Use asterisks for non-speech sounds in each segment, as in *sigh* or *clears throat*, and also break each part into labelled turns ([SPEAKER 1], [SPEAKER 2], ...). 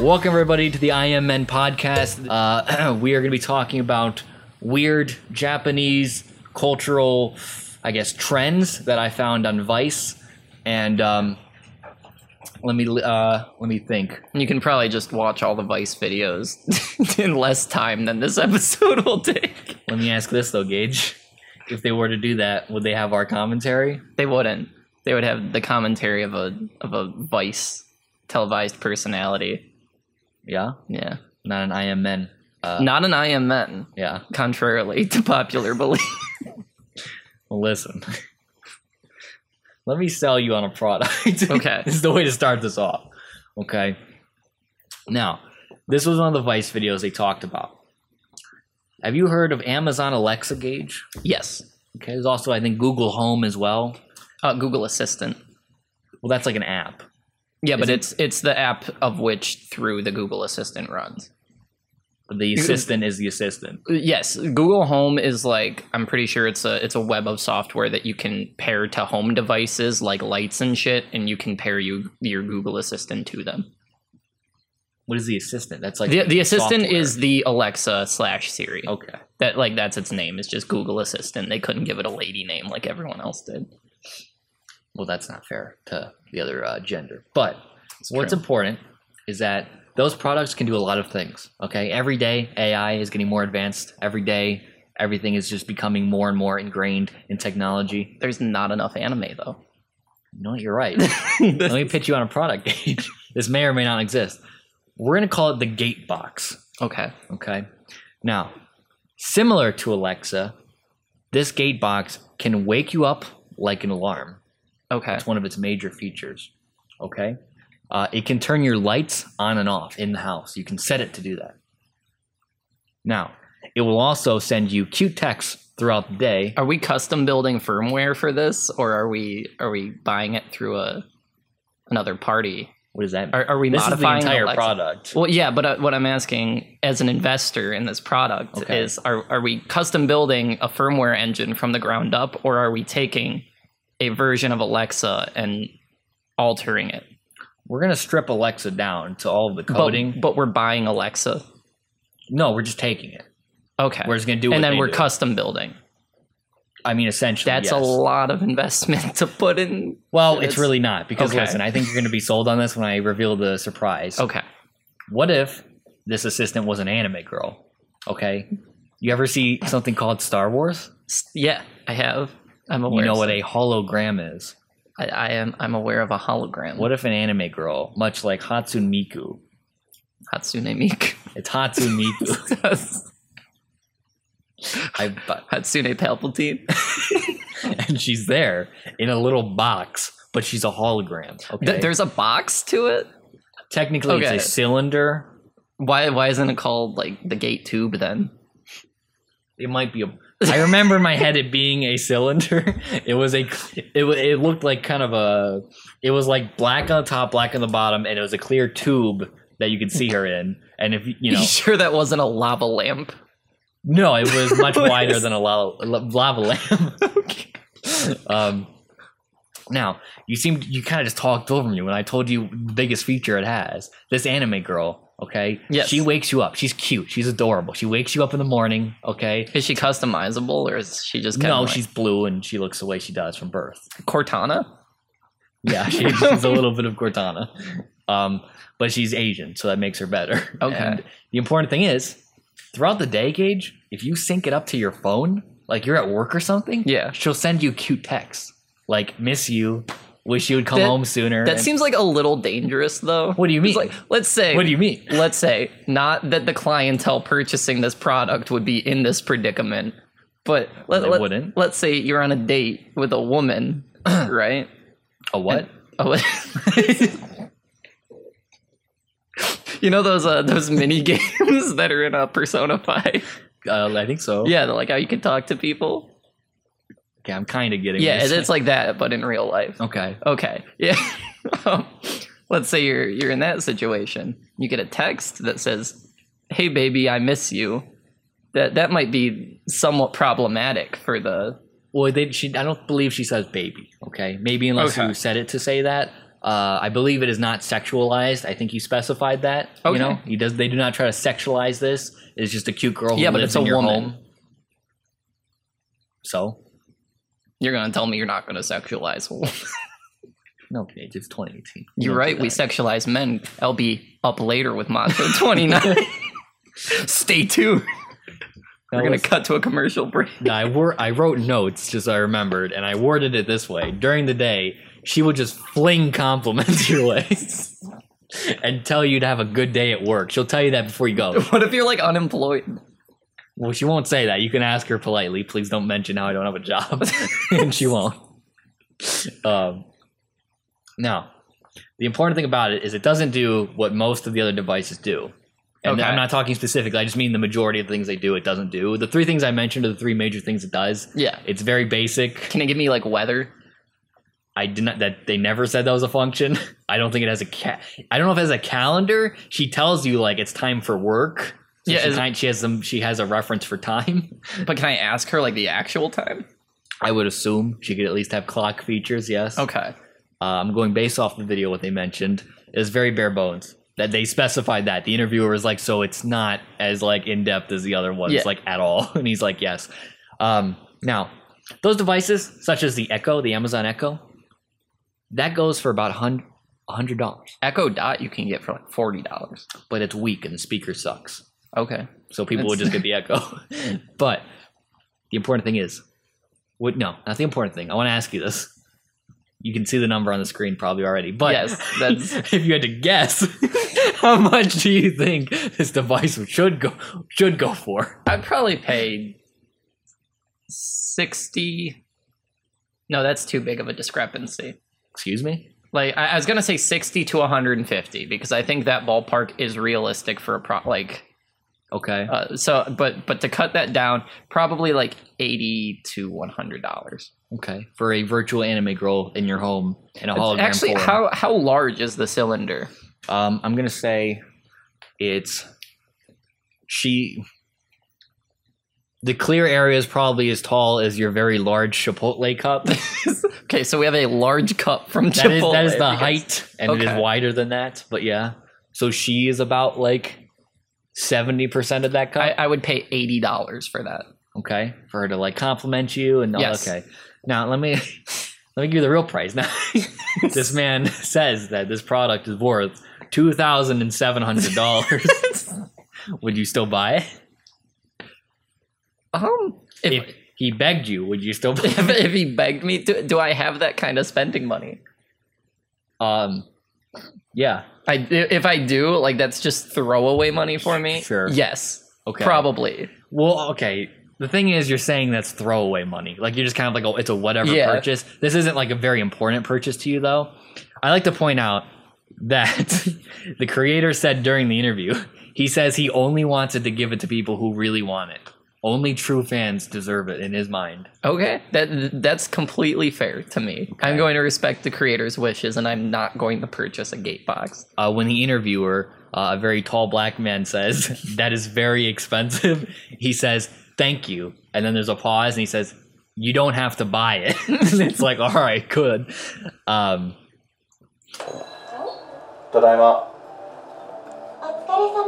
[SPEAKER 1] Welcome everybody to the I Am Men podcast. Uh, *clears throat* we are going to be talking about weird Japanese cultural, I guess, trends that I found on Vice. And um, let me uh, let me think.
[SPEAKER 2] You can probably just watch all the Vice videos *laughs* in less time than this *laughs* episode will take.
[SPEAKER 1] Let me ask this though, Gage. If they were to do that, would they have our commentary?
[SPEAKER 2] They wouldn't. They would have the commentary of a of a Vice televised personality.
[SPEAKER 1] Yeah,
[SPEAKER 2] Yeah.
[SPEAKER 1] not an I Am Men. Uh,
[SPEAKER 2] Not an I am men,
[SPEAKER 1] yeah.
[SPEAKER 2] contrarily *laughs* to popular belief.
[SPEAKER 1] Well, listen. Let me sell you on a product. *laughs*
[SPEAKER 2] Okay.
[SPEAKER 1] this is the way to start this off. Okay. Now, this was one of the Vice videos they talked about. Have you heard of Amazon Alexa Gauge?
[SPEAKER 2] yes.
[SPEAKER 1] Okay. There's also, I think, Google Home as well.
[SPEAKER 2] Uh, Google Assistant.
[SPEAKER 1] Well, that's like an app.
[SPEAKER 2] Yeah, but
[SPEAKER 1] Is it-
[SPEAKER 2] it's it's the app of which through the Google Assistant runs.
[SPEAKER 1] But the assistant is the assistant.
[SPEAKER 2] Yes, Google Home is like I'm pretty sure it's a it's a web of software that you can pair to home devices like lights and shit, and you can pair you your Google Assistant to them.
[SPEAKER 1] What is the assistant? That's like
[SPEAKER 2] The, the assistant
[SPEAKER 1] software.
[SPEAKER 2] is the Alexa slash Siri.
[SPEAKER 1] okay.
[SPEAKER 2] That like that's its name. It's just Google Assistant. They couldn't give it a lady name like everyone else did.
[SPEAKER 1] Well, that's not fair to the other uh, gender. But What's
[SPEAKER 2] true.
[SPEAKER 1] important is that those products can do a lot of things. Okay. Every day, AI is getting more advanced. Every day, everything is just becoming more and more ingrained in technology.
[SPEAKER 2] There's not enough anime
[SPEAKER 1] *laughs*
[SPEAKER 2] though.
[SPEAKER 1] No, you're right. Let me pitch you on a product, Gage. *laughs* this may or may not exist. We're going to call it the gate box.
[SPEAKER 2] okay.
[SPEAKER 1] Okay. Now, similar to Alexa, this gate box can wake you up like an alarm.
[SPEAKER 2] Okay.
[SPEAKER 1] That's one of its major features. Okay. Uh, it can turn your lights on and off in the house. You can set it to do that. Now, it will also send you cute texts throughout the day.
[SPEAKER 2] Are we custom building firmware for this, or are we are we buying it through a another party?
[SPEAKER 1] What does that mean?
[SPEAKER 2] Are, are we
[SPEAKER 1] this is the
[SPEAKER 2] modifying
[SPEAKER 1] entire
[SPEAKER 2] Alexa?
[SPEAKER 1] product.
[SPEAKER 2] Well, yeah, but uh, what I'm asking as an investor in this product
[SPEAKER 1] Okay.
[SPEAKER 2] is: are are we custom building a firmware engine from the ground up, or are we taking a version of Alexa and altering it?
[SPEAKER 1] We're going to strip Alexa down to all of the
[SPEAKER 2] But-
[SPEAKER 1] coding.
[SPEAKER 2] but, we're buying Alexa.
[SPEAKER 1] no, we're just taking it.
[SPEAKER 2] Okay,
[SPEAKER 1] We're just going to do what
[SPEAKER 2] and then
[SPEAKER 1] they
[SPEAKER 2] we're
[SPEAKER 1] do.
[SPEAKER 2] custom building.
[SPEAKER 1] I mean, essentially.
[SPEAKER 2] That's a
[SPEAKER 1] yes.
[SPEAKER 2] lot of investment *laughs* to put in.
[SPEAKER 1] Well,
[SPEAKER 2] It's-
[SPEAKER 1] it's really not because
[SPEAKER 2] Okay.
[SPEAKER 1] listen, I think you're going to be sold on this when I reveal the surprise.
[SPEAKER 2] Okay,
[SPEAKER 1] What if this assistant was an anime girl? Okay. You ever see something called Star Wars?
[SPEAKER 2] S- yeah, I have. I'm aware.
[SPEAKER 1] You know
[SPEAKER 2] of
[SPEAKER 1] what
[SPEAKER 2] some-
[SPEAKER 1] a hologram is.
[SPEAKER 2] I, I am. I'm aware of a hologram.
[SPEAKER 1] What if an anime girl, much like Hatsune Miku,
[SPEAKER 2] Hatsune Miku? *laughs*
[SPEAKER 1] it's Hatsune Miku. I, but-
[SPEAKER 2] Hatsune Palpatine.
[SPEAKER 1] and she's there in a little box, but she's a hologram. Okay.
[SPEAKER 2] Th- there's a box to it.
[SPEAKER 1] Technically,
[SPEAKER 2] okay.
[SPEAKER 1] it's a cylinder.
[SPEAKER 2] Why why isn't it called like the gate tube then?
[SPEAKER 1] It might be a. *laughs* I remember in my *laughs* head it being a cylinder. *laughs* It was a. It wa- it looked like kind of a. It was like black on the top, black on the bottom, and it was a clear tube that you could see her in. And if you- you *laughs* know,
[SPEAKER 2] You sure that wasn't a lava lamp?
[SPEAKER 1] no, it was *laughs* much
[SPEAKER 2] What
[SPEAKER 1] wider
[SPEAKER 2] is-
[SPEAKER 1] than a lava, lava lamp. *laughs*
[SPEAKER 2] Okay.
[SPEAKER 1] Um, now you seemed you kind of just talked over me when I told you the biggest feature it has. This anime girl, okay?
[SPEAKER 2] Yes.
[SPEAKER 1] She wakes you up. She's cute. She's adorable. She wakes you up in the morning, okay?
[SPEAKER 2] Is she customizable or is she just kind
[SPEAKER 1] no,
[SPEAKER 2] of like
[SPEAKER 1] she's blue and she looks the way she does from birth.
[SPEAKER 2] Cortana?
[SPEAKER 1] Yeah,
[SPEAKER 2] *laughs*
[SPEAKER 1] she- she's a little bit of Cortana, um, but she's Asian, so that makes her better.
[SPEAKER 2] *laughs* Okay.
[SPEAKER 1] And the important thing is, throughout the day, Gage, if you sync it up to your phone, like you're at work or something,
[SPEAKER 2] Yeah.
[SPEAKER 1] she'll send you cute texts like "miss you," wish you would come
[SPEAKER 2] That-
[SPEAKER 1] home sooner.
[SPEAKER 2] That
[SPEAKER 1] and-
[SPEAKER 2] seems like a little dangerous though.
[SPEAKER 1] What do you
[SPEAKER 2] It's
[SPEAKER 1] mean?
[SPEAKER 2] Like let's say
[SPEAKER 1] What do you mean?
[SPEAKER 2] let's say not that the clientele purchasing this product would be in this predicament, but let,
[SPEAKER 1] They
[SPEAKER 2] let,
[SPEAKER 1] wouldn't.
[SPEAKER 2] let's say you're on a date with
[SPEAKER 1] *clears throat*
[SPEAKER 2] a woman, right?
[SPEAKER 1] A what?
[SPEAKER 2] Oh, *laughs* you know those uh, those mini *laughs* games that are in uh, Persona Five?
[SPEAKER 1] Uh, I think so.
[SPEAKER 2] Yeah, like how you can talk to people.
[SPEAKER 1] Okay, I'm kind of getting.
[SPEAKER 2] Yeah,
[SPEAKER 1] what
[SPEAKER 2] it's,
[SPEAKER 1] you're
[SPEAKER 2] it's like that, but in real life.
[SPEAKER 1] saying. okay.
[SPEAKER 2] Okay, *laughs* yeah. um, let's say you're you're in that situation. You get a text that says, "Hey, baby, I miss you." That that might be somewhat problematic for the
[SPEAKER 1] Well, they, she, I don't believe she says baby. Okay, maybe unless
[SPEAKER 2] Okay.
[SPEAKER 1] you said it to say that. Uh, I believe it is not sexualized. I think you specified that.
[SPEAKER 2] Okay.
[SPEAKER 1] You know, he does. They do not try to sexualize this. It's just a cute girl. Who
[SPEAKER 2] Yeah, but
[SPEAKER 1] lives
[SPEAKER 2] it's a
[SPEAKER 1] in your
[SPEAKER 2] woman.
[SPEAKER 1] home. So
[SPEAKER 2] You're gonna tell me you're not gonna sexualize.
[SPEAKER 1] *laughs*
[SPEAKER 2] women.
[SPEAKER 1] no, Paige, it's 2018. You don't
[SPEAKER 2] You're
[SPEAKER 1] do
[SPEAKER 2] right. We
[SPEAKER 1] that.
[SPEAKER 2] sexualize men. I'll be up later with *laughs* Monzo 29. Stay tuned.
[SPEAKER 1] That
[SPEAKER 2] We're gonna
[SPEAKER 1] was-
[SPEAKER 2] cut to a commercial break.
[SPEAKER 1] *laughs*
[SPEAKER 2] *laughs*
[SPEAKER 1] No, I wor- I wrote notes just so I remembered, and I worded it this way: during the day, she would just fling compliments *laughs* your way, and tell you to have a good day at work. She'll tell you that before you go.
[SPEAKER 2] What if you're like unemployed?
[SPEAKER 1] Well, she won't say that. You can ask her politely. Please don't mention how I don't have a job, *laughs* and she won't. Um, now, the important thing about it is it doesn't do what most of the other devices do. And
[SPEAKER 2] Okay.
[SPEAKER 1] I'm not talking specifically. I just mean the majority of the things they do, it doesn't do. The three things I mentioned are the three major things it does.
[SPEAKER 2] Yeah.
[SPEAKER 1] It's very basic.
[SPEAKER 2] Can it give me like weather?
[SPEAKER 1] I did not that they never said that was a function. *laughs* I don't think it has a ca- I don't know if it has a calendar. She tells you like it's time for work. So
[SPEAKER 2] Yeah,
[SPEAKER 1] she,
[SPEAKER 2] is-
[SPEAKER 1] kind- she has some. She has a reference for time.
[SPEAKER 2] But can I ask her like the actual time?
[SPEAKER 1] I would assume she could at least have clock features. Yes.
[SPEAKER 2] Okay.
[SPEAKER 1] Uh, I'm going based off the video what they mentioned. It's very bare bones. That they specified that the interviewer was like, so it's not as like in depth as the other ones,
[SPEAKER 2] Yeah.
[SPEAKER 1] like at all. *laughs* And he's like, yes. Um, now, those devices such as the Echo, the Amazon Echo, that goes for about hundred hundred dollars.
[SPEAKER 2] Echo Dot you can get for like forty dollars.
[SPEAKER 1] but it's weak and the speaker sucks.
[SPEAKER 2] Okay.
[SPEAKER 1] So people would just get the echo.
[SPEAKER 2] *laughs*
[SPEAKER 1] but the important thing is, what? No, not the important thing. I want to ask you this. You can see the number on the screen probably already, but *laughs*
[SPEAKER 2] Yes, that's-
[SPEAKER 1] if you had to guess, *laughs* how much do you think this device should go should go for?
[SPEAKER 2] *laughs* I'd probably pay sixty. No, that's too big of a discrepancy.
[SPEAKER 1] Excuse me.
[SPEAKER 2] Like I, I was gonna say sixty to one hundred and fifty because I think that ballpark is realistic for a pro. Like
[SPEAKER 1] Okay.
[SPEAKER 2] uh, so, but but to cut that down, probably like eighty to one hundred dollars.
[SPEAKER 1] Okay. For a virtual anime girl in your home in a hologram
[SPEAKER 2] Actually,
[SPEAKER 1] form.
[SPEAKER 2] how how large is the cylinder?
[SPEAKER 1] Um, I'm gonna say it's she. The clear area is probably as tall as your very large Chipotle
[SPEAKER 2] *laughs*
[SPEAKER 1] cup. That
[SPEAKER 2] okay, so we have a large cup from
[SPEAKER 1] is
[SPEAKER 2] Chipotle.
[SPEAKER 1] that is the
[SPEAKER 2] because-
[SPEAKER 1] height, and it
[SPEAKER 2] Okay.
[SPEAKER 1] is wider than that. But yeah, so she is about like seventy percent of that cup.
[SPEAKER 2] I, I would pay eighty dollars for that.
[SPEAKER 1] okay, for her to like compliment you and all-
[SPEAKER 2] Yes.
[SPEAKER 1] okay. Now let me *laughs* let me give you the real price. Now *laughs* this man *laughs* says that this product is worth two thousand and seven hundred dollars. *laughs* Would you still buy it?
[SPEAKER 2] Um, if,
[SPEAKER 1] if he begged you, would you still?
[SPEAKER 2] *laughs* if, if he begged me, do, do I have that kind of spending money?
[SPEAKER 1] um, yeah.
[SPEAKER 2] I if I do, like that's just throwaway money for me.
[SPEAKER 1] Sure.
[SPEAKER 2] Yes.
[SPEAKER 1] Okay.
[SPEAKER 2] Probably.
[SPEAKER 1] Well, okay. The thing is, you're saying that's throwaway money. Like you're just kind of like, oh, it's a whatever
[SPEAKER 2] Yeah.
[SPEAKER 1] purchase. This isn't like a very important purchase to you, though. I like to point out that *laughs* the creator said during the interview, *laughs* he says he only wanted to give it to people who really want it. Only true fans deserve it in his mind.
[SPEAKER 2] Okay. That that's completely fair to me. I'm going to respect the creator's wishes, and I'm not going to purchase a gate box.
[SPEAKER 1] uh, when the interviewer, uh, a very tall black man, says, *laughs* That is very expensive, he says, Thank you. And then there's a pause and he says, You don't have to buy it. *laughs* and it's like, All right, good. Um,
[SPEAKER 3] ただいま
[SPEAKER 4] お疲れ様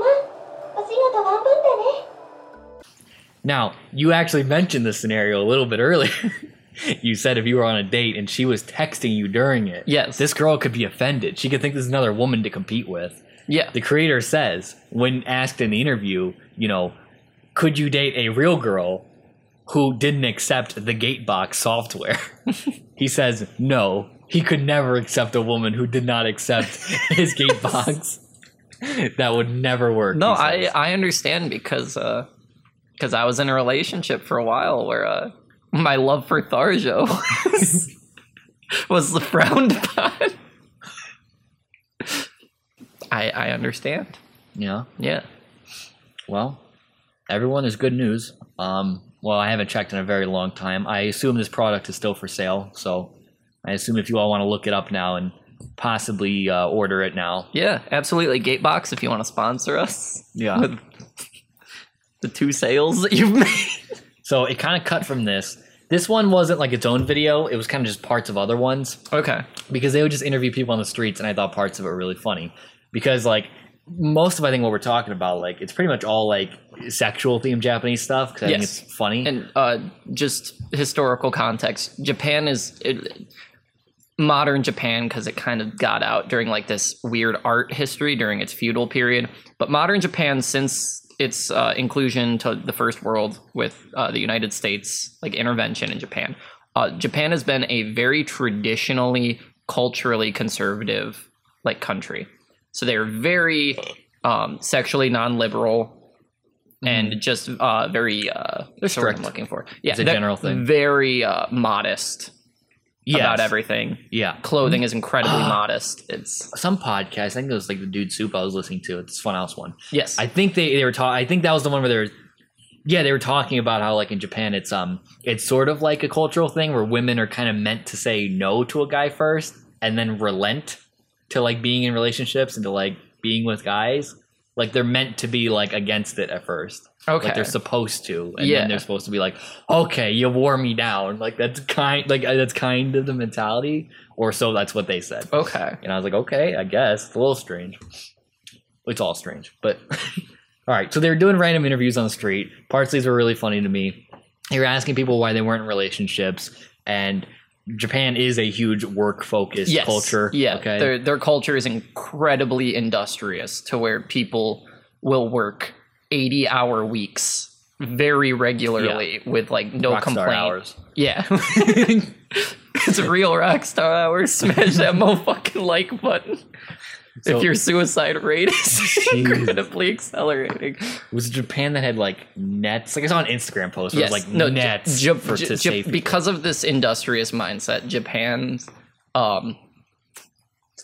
[SPEAKER 4] お仕事頑張ってね
[SPEAKER 1] now, you actually mentioned this scenario a little bit earlier. *laughs* you said if you were on a date and she was texting you during it,
[SPEAKER 2] Yes.
[SPEAKER 1] this girl could be offended. She could think this is another woman to compete with.
[SPEAKER 2] Yeah.
[SPEAKER 1] the creator says when asked in the interview, you know, could you date a real girl who didn't accept the gatebox software? *laughs* he says no. He could never accept a woman who did not accept *laughs* his gatebox. that would never work.
[SPEAKER 2] No,
[SPEAKER 1] he
[SPEAKER 2] I
[SPEAKER 1] says.
[SPEAKER 2] I understand because uh, because I was in a relationship for a while where uh, my love for Tharjo *laughs* was, was the frowned upon. I I understand.
[SPEAKER 1] yeah.
[SPEAKER 2] Yeah.
[SPEAKER 1] Well, everyone is good news. Um, well, I haven't checked in a very long time. I assume this product is still for sale, so I assume if you all want to look it up now and possibly uh, order it now,
[SPEAKER 2] Yeah, absolutely. Gatebox, if you want to sponsor us. *laughs*
[SPEAKER 1] Yeah.
[SPEAKER 2] With the two sales that you've made.
[SPEAKER 1] So it kind of cut from this This one wasn't like its own video. It was kind of just parts of other ones
[SPEAKER 2] Okay.
[SPEAKER 1] because they would just interview people on the streets, and I thought parts of it were really funny because like most of I think what we're talking about like it's pretty much all like sexual themed Japanese stuff because I
[SPEAKER 2] Yes.
[SPEAKER 1] think it's funny.
[SPEAKER 2] And uh, just historical context, Japan is it, modern Japan because it kind of got out during like this weird art history during its feudal period. But modern Japan, since its uh, inclusion to the First World with uh, the United States like intervention in Japan, uh, Japan has been a very traditionally culturally conservative like country. So they're very um, sexually non-liberal and just uh, very uh, there's the
[SPEAKER 1] Mm-hmm.
[SPEAKER 2] word
[SPEAKER 1] Strict.
[SPEAKER 2] I'm looking for. Yeah,
[SPEAKER 1] It's a
[SPEAKER 2] they're
[SPEAKER 1] general thing.
[SPEAKER 2] Very uh, modest
[SPEAKER 1] Yes.
[SPEAKER 2] about everything.
[SPEAKER 1] Yeah.
[SPEAKER 2] Clothing
[SPEAKER 1] *gasps*
[SPEAKER 2] is incredibly modest. It's
[SPEAKER 1] Some podcast, I think it was like the Dude Soup I was listening to. It's Funhouse one.
[SPEAKER 2] yes,
[SPEAKER 1] I think they, they were talking. I think that was the one where they were, yeah, they were talking about how like in Japan it's um it's sort of like a cultural thing where women are kind of meant to say no to a guy first and then relent to like being in relationships and to like being with guys. Like they're meant to be like against it at first.
[SPEAKER 2] okay.
[SPEAKER 1] Like they're supposed to, and
[SPEAKER 2] Yeah.
[SPEAKER 1] then they're supposed to be like, "Okay, you wore me down." Like that's kind, like that's kind of the mentality, or so that's what they said.
[SPEAKER 2] okay.
[SPEAKER 1] And I was like, okay, I guess. It's a little strange. It's all strange, but *laughs* all right. So they were doing random interviews on the street. Parts of these were really funny to me. They were asking people why they weren't in relationships, and Japan is a huge work focused
[SPEAKER 2] Yes.
[SPEAKER 1] culture.
[SPEAKER 2] Yeah.
[SPEAKER 1] Okay.
[SPEAKER 2] Their their culture is incredibly industrious to where people will work eighty hour weeks very regularly with like no
[SPEAKER 1] Rock star
[SPEAKER 2] complaint.
[SPEAKER 1] hours.
[SPEAKER 2] Yeah. *laughs* it's real rock star hours. Smash that *laughs* motherfucking like button.
[SPEAKER 1] So-
[SPEAKER 2] if your suicide rate is incredibly accelerating.
[SPEAKER 1] It was Japan that had like nets. Like I saw an Instagram post where
[SPEAKER 2] Yes.
[SPEAKER 1] it was like
[SPEAKER 2] no, J-
[SPEAKER 1] nets
[SPEAKER 2] J-
[SPEAKER 1] for
[SPEAKER 2] J-
[SPEAKER 1] to
[SPEAKER 2] J-
[SPEAKER 1] save people.
[SPEAKER 2] because of this industrious mindset, Japan's um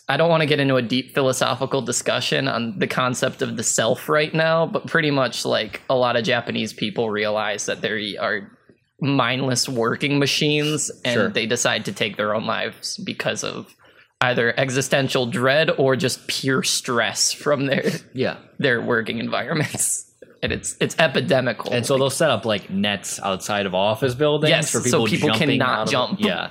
[SPEAKER 2] I don't want to get into a deep philosophical discussion on the concept of the self right now, but pretty much like a lot of Japanese people realize that they are mindless working machines and
[SPEAKER 1] Sure.
[SPEAKER 2] they decide to take their own lives because of either existential dread or just pure stress from their
[SPEAKER 1] Yeah.
[SPEAKER 2] their working environments. And it's it's epidemical.
[SPEAKER 1] And so they'll set up like nets outside of office buildings
[SPEAKER 2] Yes,
[SPEAKER 1] for
[SPEAKER 2] so
[SPEAKER 1] people.
[SPEAKER 2] people
[SPEAKER 1] jumping
[SPEAKER 2] cannot
[SPEAKER 1] out of-
[SPEAKER 2] jump.
[SPEAKER 1] yeah.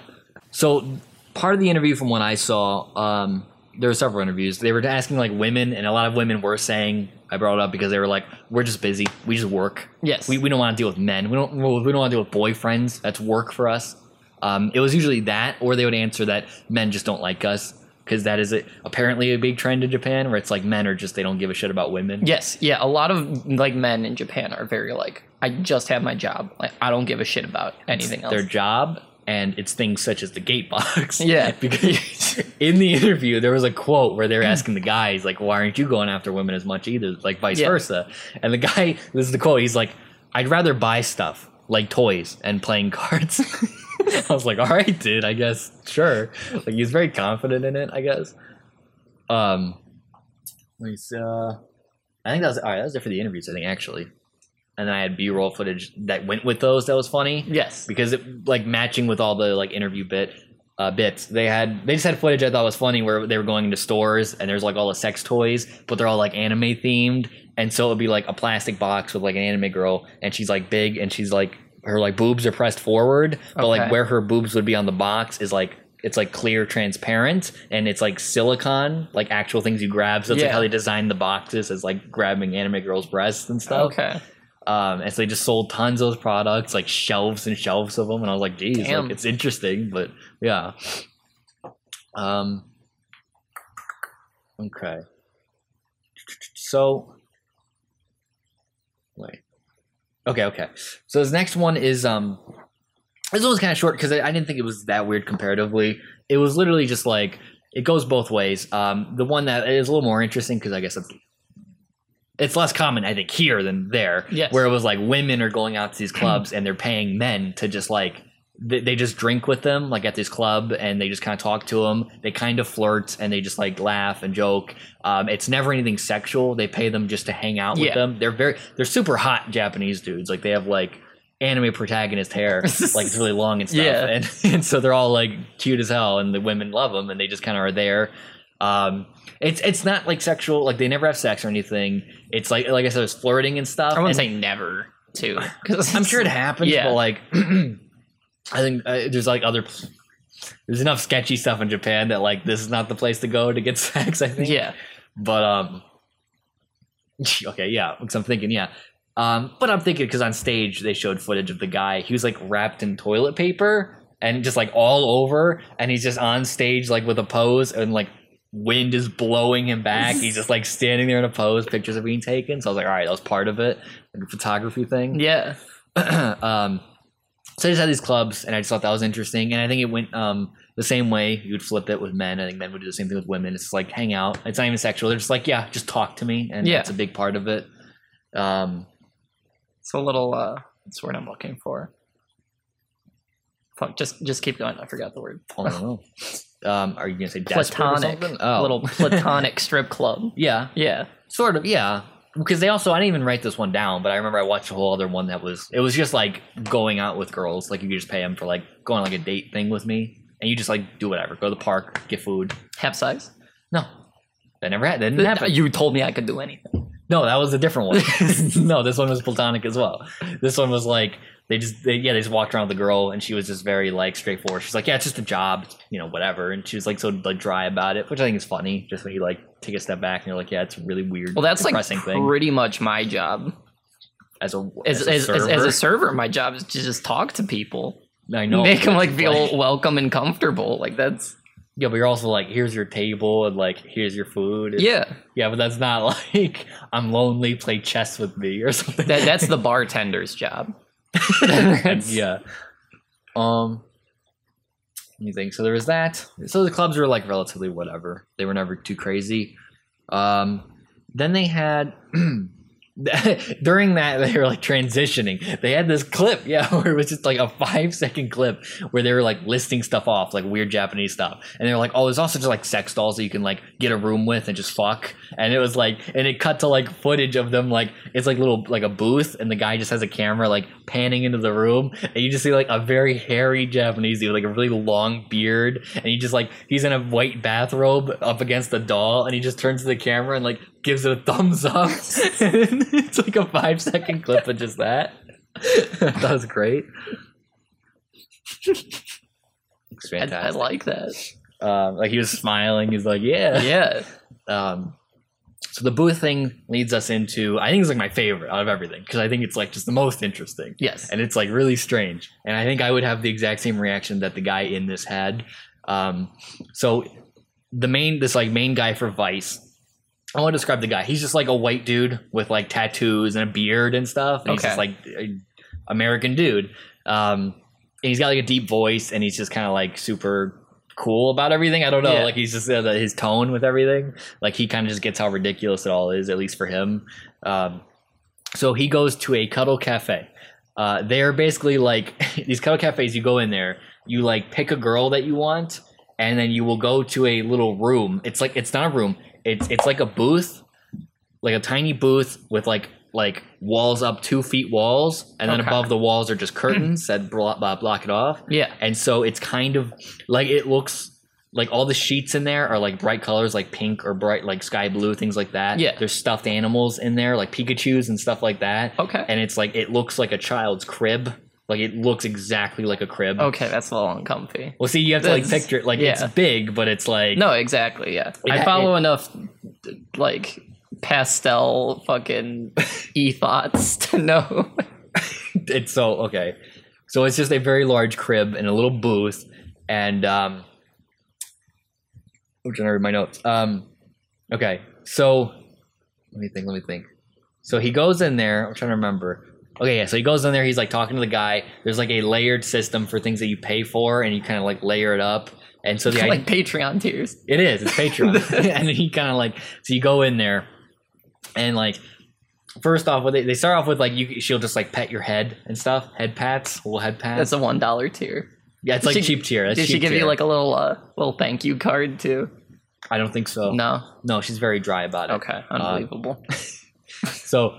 [SPEAKER 1] So part of the interview from when I saw, um, there were several interviews. They were asking like women, and a lot of women were saying I brought it up because they were like, "We're just busy. We just work.
[SPEAKER 2] Yes.
[SPEAKER 1] we, we don't want to deal with men. We don't we don't want to deal with boyfriends. That's work for us." Um, it was usually that, or they would answer that men just don't like us because that is a, apparently a big trend in Japan where it's like men are just they don't give a shit about women.
[SPEAKER 2] Yes, yeah. A lot of like men in Japan are very like, I just have my job. Like I don't give a shit about anything else.
[SPEAKER 1] their job and it's things such as the gate box.
[SPEAKER 2] *laughs* Yeah.
[SPEAKER 1] *laughs* Because in the interview there was a quote where they're asking the guys, like, why aren't you going after women as much either? Like vice
[SPEAKER 2] Yeah.
[SPEAKER 1] versa. And the guy this is the quote, he's like, I'd rather buy stuff, like toys and playing cards. *laughs* I was like, all right, dude, I guess sure. Like he's very confident in it, I guess. Um let me see, uh, I think that was all right, that was it for the interviews, I think actually. And then I had B roll footage that went with those that was funny
[SPEAKER 2] *laughs* yes.
[SPEAKER 1] because it like matching with all the like interview bit uh, bits they had they just had footage i thought was funny where they were going into stores and there's like all the sex toys but they're all like anime themed and so it would be like a plastic box with like an anime girl and she's like big and she's like her like boobs are pressed forward but
[SPEAKER 2] Okay.
[SPEAKER 1] like where her boobs would be on the box is like it's like clear transparent and it's like silicon like actual things you grab so it's like
[SPEAKER 2] Yeah.
[SPEAKER 1] how they designed the boxes as like grabbing anime girls breasts and stuff
[SPEAKER 2] Okay.
[SPEAKER 1] um, and so they just sold tons of those products, like shelves and shelves of them. And I was like, geez,
[SPEAKER 2] Damn.
[SPEAKER 1] like, it's interesting, but yeah. Um, okay. So, wait. Okay, okay. So this next one is um, this one was kind of short because I, I didn't think it was that weird comparatively. It was literally just like it goes both ways. Um, the one that is a little more interesting because I guess it's it's less common I think here than there.
[SPEAKER 2] Yes.
[SPEAKER 1] Where it was like women are going out to these clubs and they're paying men to just like they, they just drink with them like at this club and they just kind of talk to them. They kind of flirt and they just like laugh and joke. Um, it's never anything sexual. They pay them just to hang out with
[SPEAKER 2] Yeah.
[SPEAKER 1] them. They're very they're super hot Japanese dudes. Like they have like anime protagonist
[SPEAKER 2] *laughs*
[SPEAKER 1] hair. like it's really long and stuff.
[SPEAKER 2] Yeah.
[SPEAKER 1] And, *laughs* and so they're all like cute as hell and the women love them and they just kind of are there. Um, it's it's not like sexual. Like they never have sex or anything. It's like like I said, it's flirting and stuff.
[SPEAKER 2] I
[SPEAKER 1] and
[SPEAKER 2] wouldn't *laughs* say never too. 'cause
[SPEAKER 1] I'm sure it happens,
[SPEAKER 2] Yeah.
[SPEAKER 1] but like *clears throat* I think uh, there's like other. pl- There's enough sketchy stuff in Japan that like this is not the place to go to get *laughs* sex. I think.
[SPEAKER 2] Yeah.
[SPEAKER 1] But um, *laughs* okay, yeah. Because I'm thinking, yeah. Um, but I'm thinking because on stage they showed footage of the guy. He was like wrapped in toilet paper and just like all over, and he's just on stage like with a pose and like wind is blowing him back. He's just like standing there in a pose. Pictures are being taken. So I was like, all right, that was part of it, like a photography thing.
[SPEAKER 2] Yeah.
[SPEAKER 1] *laughs* um, so I just had these clubs, and I just thought that was interesting. And I think it went um, the same way. You would flip it with men. I think men would do the same thing with women. It's like hang out. It's not even sexual. They're just like, yeah, just talk to me, and
[SPEAKER 2] Yeah.
[SPEAKER 1] that's a big part of it. Um,
[SPEAKER 2] It's a little uh what's the word I'm looking for. Fuck, just just keep going. I forgot the word.
[SPEAKER 1] I don't
[SPEAKER 2] *laughs*
[SPEAKER 1] know. Um, are you gonna say desperate or
[SPEAKER 2] Platonic.
[SPEAKER 1] something? Oh.
[SPEAKER 2] Little
[SPEAKER 1] *laughs*
[SPEAKER 2] *laughs* platonic strip club.
[SPEAKER 1] yeah,
[SPEAKER 2] Yeah.
[SPEAKER 1] sort of, yeah. Because they also, I didn't even write this one down, but I remember I watched a whole other one that was, it was just like going out with girls. Like you could just pay them for like going on like a date thing with me, and you just like do whatever, go to the park, get food,
[SPEAKER 2] Half size.
[SPEAKER 1] No, that never had. That didn't happen.
[SPEAKER 2] You told me I could do anything.
[SPEAKER 1] No, that was a different
[SPEAKER 2] *laughs*
[SPEAKER 1] one. no, this one was platonic as well. This one was like they just they, yeah they just walked around with the girl and she was just very like straightforward. She's like yeah it's just a job you know whatever and she was like so like dry about it, which I think is funny. Just when you like take a step back and you're like yeah it's a really weird.
[SPEAKER 2] Well, that's like
[SPEAKER 1] depressing thing
[SPEAKER 2] pretty much my job
[SPEAKER 1] as a
[SPEAKER 2] as as, as, as
[SPEAKER 1] server.
[SPEAKER 2] a server. My job is to just talk to people,
[SPEAKER 1] I know
[SPEAKER 2] make them
[SPEAKER 1] but
[SPEAKER 2] like
[SPEAKER 1] it's *laughs*
[SPEAKER 2] feel welcome and comfortable. Like that's
[SPEAKER 1] yeah, but you're also like here's your table and like here's your food. It's-
[SPEAKER 2] yeah.
[SPEAKER 1] yeah, but that's not *laughs* like I'm lonely, play chess with me or something.
[SPEAKER 2] That that's the bartender's job.
[SPEAKER 1] And,
[SPEAKER 2] *laughs* That's-
[SPEAKER 1] yeah. Um. Let me think. So there was that. So the clubs were like relatively whatever. They were never too crazy. Um. Then they had. *clears throat* *laughs* During that, they were like transitioning. They had this clip, *laughs* yeah, where it was just like a five second clip where they were like listing stuff off, like weird Japanese stuff. And they were like, oh, there's also just like sex dolls that you can like get a room with and just fuck. And it was like, and it cut to like footage of them, like, it's like little, like a booth, and the guy just has a camera like panning into the room. And you just see like a very hairy Japanese dude, like a really long beard. And he just like, he's in a white bathrobe up against a doll. And he just turns to the camera and like gives it a thumbs
[SPEAKER 2] *laughs*
[SPEAKER 1] up. And it's like a five second clip of just that. *laughs* that was great. It's
[SPEAKER 2] I, I
[SPEAKER 1] fantastic.
[SPEAKER 2] like that.
[SPEAKER 1] Um, like he was smiling. He's like, yeah.
[SPEAKER 2] Yeah,
[SPEAKER 1] Um, so the booth thing leads us into. I think it's like my favorite out of everything because I think it's like just the most interesting,
[SPEAKER 2] yes.
[SPEAKER 1] *laughs* and it's like really strange. And I think I would have the exact same reaction that the guy in this had. Um, so the main, this like main guy for Vice. I want to describe the guy. He's just like a white dude with like tattoos and a beard and stuff. And He's
[SPEAKER 2] Okay.
[SPEAKER 1] just like a American dude. Um, and he's got like a deep voice and he's just kind of like super cool about everything. I don't know.
[SPEAKER 2] Yeah.
[SPEAKER 1] Like he's just uh, the- his tone with everything. Like he kind of just gets how ridiculous it all is, at least for him. Um, so he goes to a cuddle cafe. Uh, they are basically like *laughs* these cuddle cafes. You go in there, you like pick a girl that you want, and then you will go to a little room. It's like it's not a room. It's it's like a booth, like a tiny booth with like like walls up two feet walls, and then
[SPEAKER 2] Okay.
[SPEAKER 1] above the walls are
[SPEAKER 2] *clears throat*
[SPEAKER 1] just curtains that blo- uh, block it off.
[SPEAKER 2] yeah,
[SPEAKER 1] And so it's kind of like it looks like all the sheets in there are like bright colors, like pink or bright, like sky blue, things like that.
[SPEAKER 2] Yeah.
[SPEAKER 1] There's stuffed animals in there, like Pikachu's and stuff like that.
[SPEAKER 2] Okay.
[SPEAKER 1] And it's like, it looks like a child's crib. Like it looks exactly like a crib.
[SPEAKER 2] okay. That's a little uncomfy.
[SPEAKER 1] Well, see, you have to like
[SPEAKER 2] Oh, That's-
[SPEAKER 1] picture it. Like
[SPEAKER 2] yeah.
[SPEAKER 1] it's big, but it's like.
[SPEAKER 2] No, exactly. Yeah,
[SPEAKER 1] It-
[SPEAKER 2] I follow enough like pastel
[SPEAKER 1] *laughs*
[SPEAKER 2] fucking e thoughts to know.
[SPEAKER 1] it's so okay. So it's just a very large crib and a little booth, and um, I'm trying to read my notes. Um, okay, so let me think. Let me think. So he goes in there. I'm trying to remember. Okay, yeah. So he goes in there. He's like talking to the guy. There's like a layered system for things that you pay for, and you kind of like layer it up. And so the idea.
[SPEAKER 2] *laughs* like Patreon tiers.
[SPEAKER 1] It is. It's
[SPEAKER 2] *laughs*
[SPEAKER 1] Patreon. and he kind of like so you go in there, and like first off, what they, they start off with like you she'll just like pet your head and stuff, head pats, little head pats.
[SPEAKER 2] That's a one dollar tier.
[SPEAKER 1] yeah, it's like
[SPEAKER 2] she-
[SPEAKER 1] cheap tier. That's
[SPEAKER 2] Did she
[SPEAKER 1] cheap
[SPEAKER 2] give you
[SPEAKER 1] tier.
[SPEAKER 2] like a little uh, little thank you card too?
[SPEAKER 1] I don't think so. No,
[SPEAKER 2] No.
[SPEAKER 1] she's very dry about it. *laughs*
[SPEAKER 2] Okay. Unbelievable.
[SPEAKER 1] So,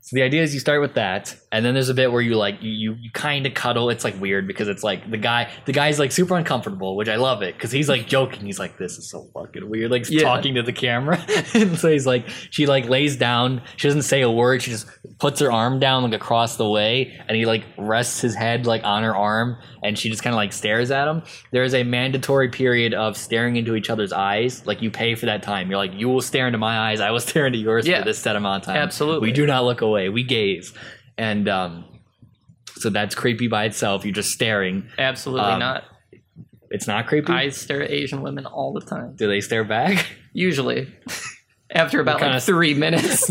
[SPEAKER 1] so the idea is you start with that, And then there's a bit where you like you you kind of cuddle. It's like weird because it's like the guy the guy's like super uncomfortable, which I love it because he's like joking. He's like, "This is so fucking weird," like
[SPEAKER 2] Yeah.
[SPEAKER 1] talking to the camera. *laughs* and so he's like, she like lays down. She doesn't say a word. She just puts her arm down like across the way, and he like rests his head like on her arm, and she just kind of like stares at him. There is a mandatory period of staring into each other's eyes. Like you pay for that time. You're like, you will stare into my eyes. I will stare into yours
[SPEAKER 2] Yeah.
[SPEAKER 1] for this set amount of time.
[SPEAKER 2] Absolutely.
[SPEAKER 1] Um, We do not look away. We gaze. And um, so that's creepy by itself. You're just staring.
[SPEAKER 2] Absolutely
[SPEAKER 1] Um,
[SPEAKER 2] not.
[SPEAKER 1] It's not creepy. *laughs*
[SPEAKER 2] I stare at Asian women all the time.
[SPEAKER 1] Do they stare back? *laughs*
[SPEAKER 2] Usually. *laughs* After about
[SPEAKER 1] kinda
[SPEAKER 2] like
[SPEAKER 1] s-
[SPEAKER 2] three minutes.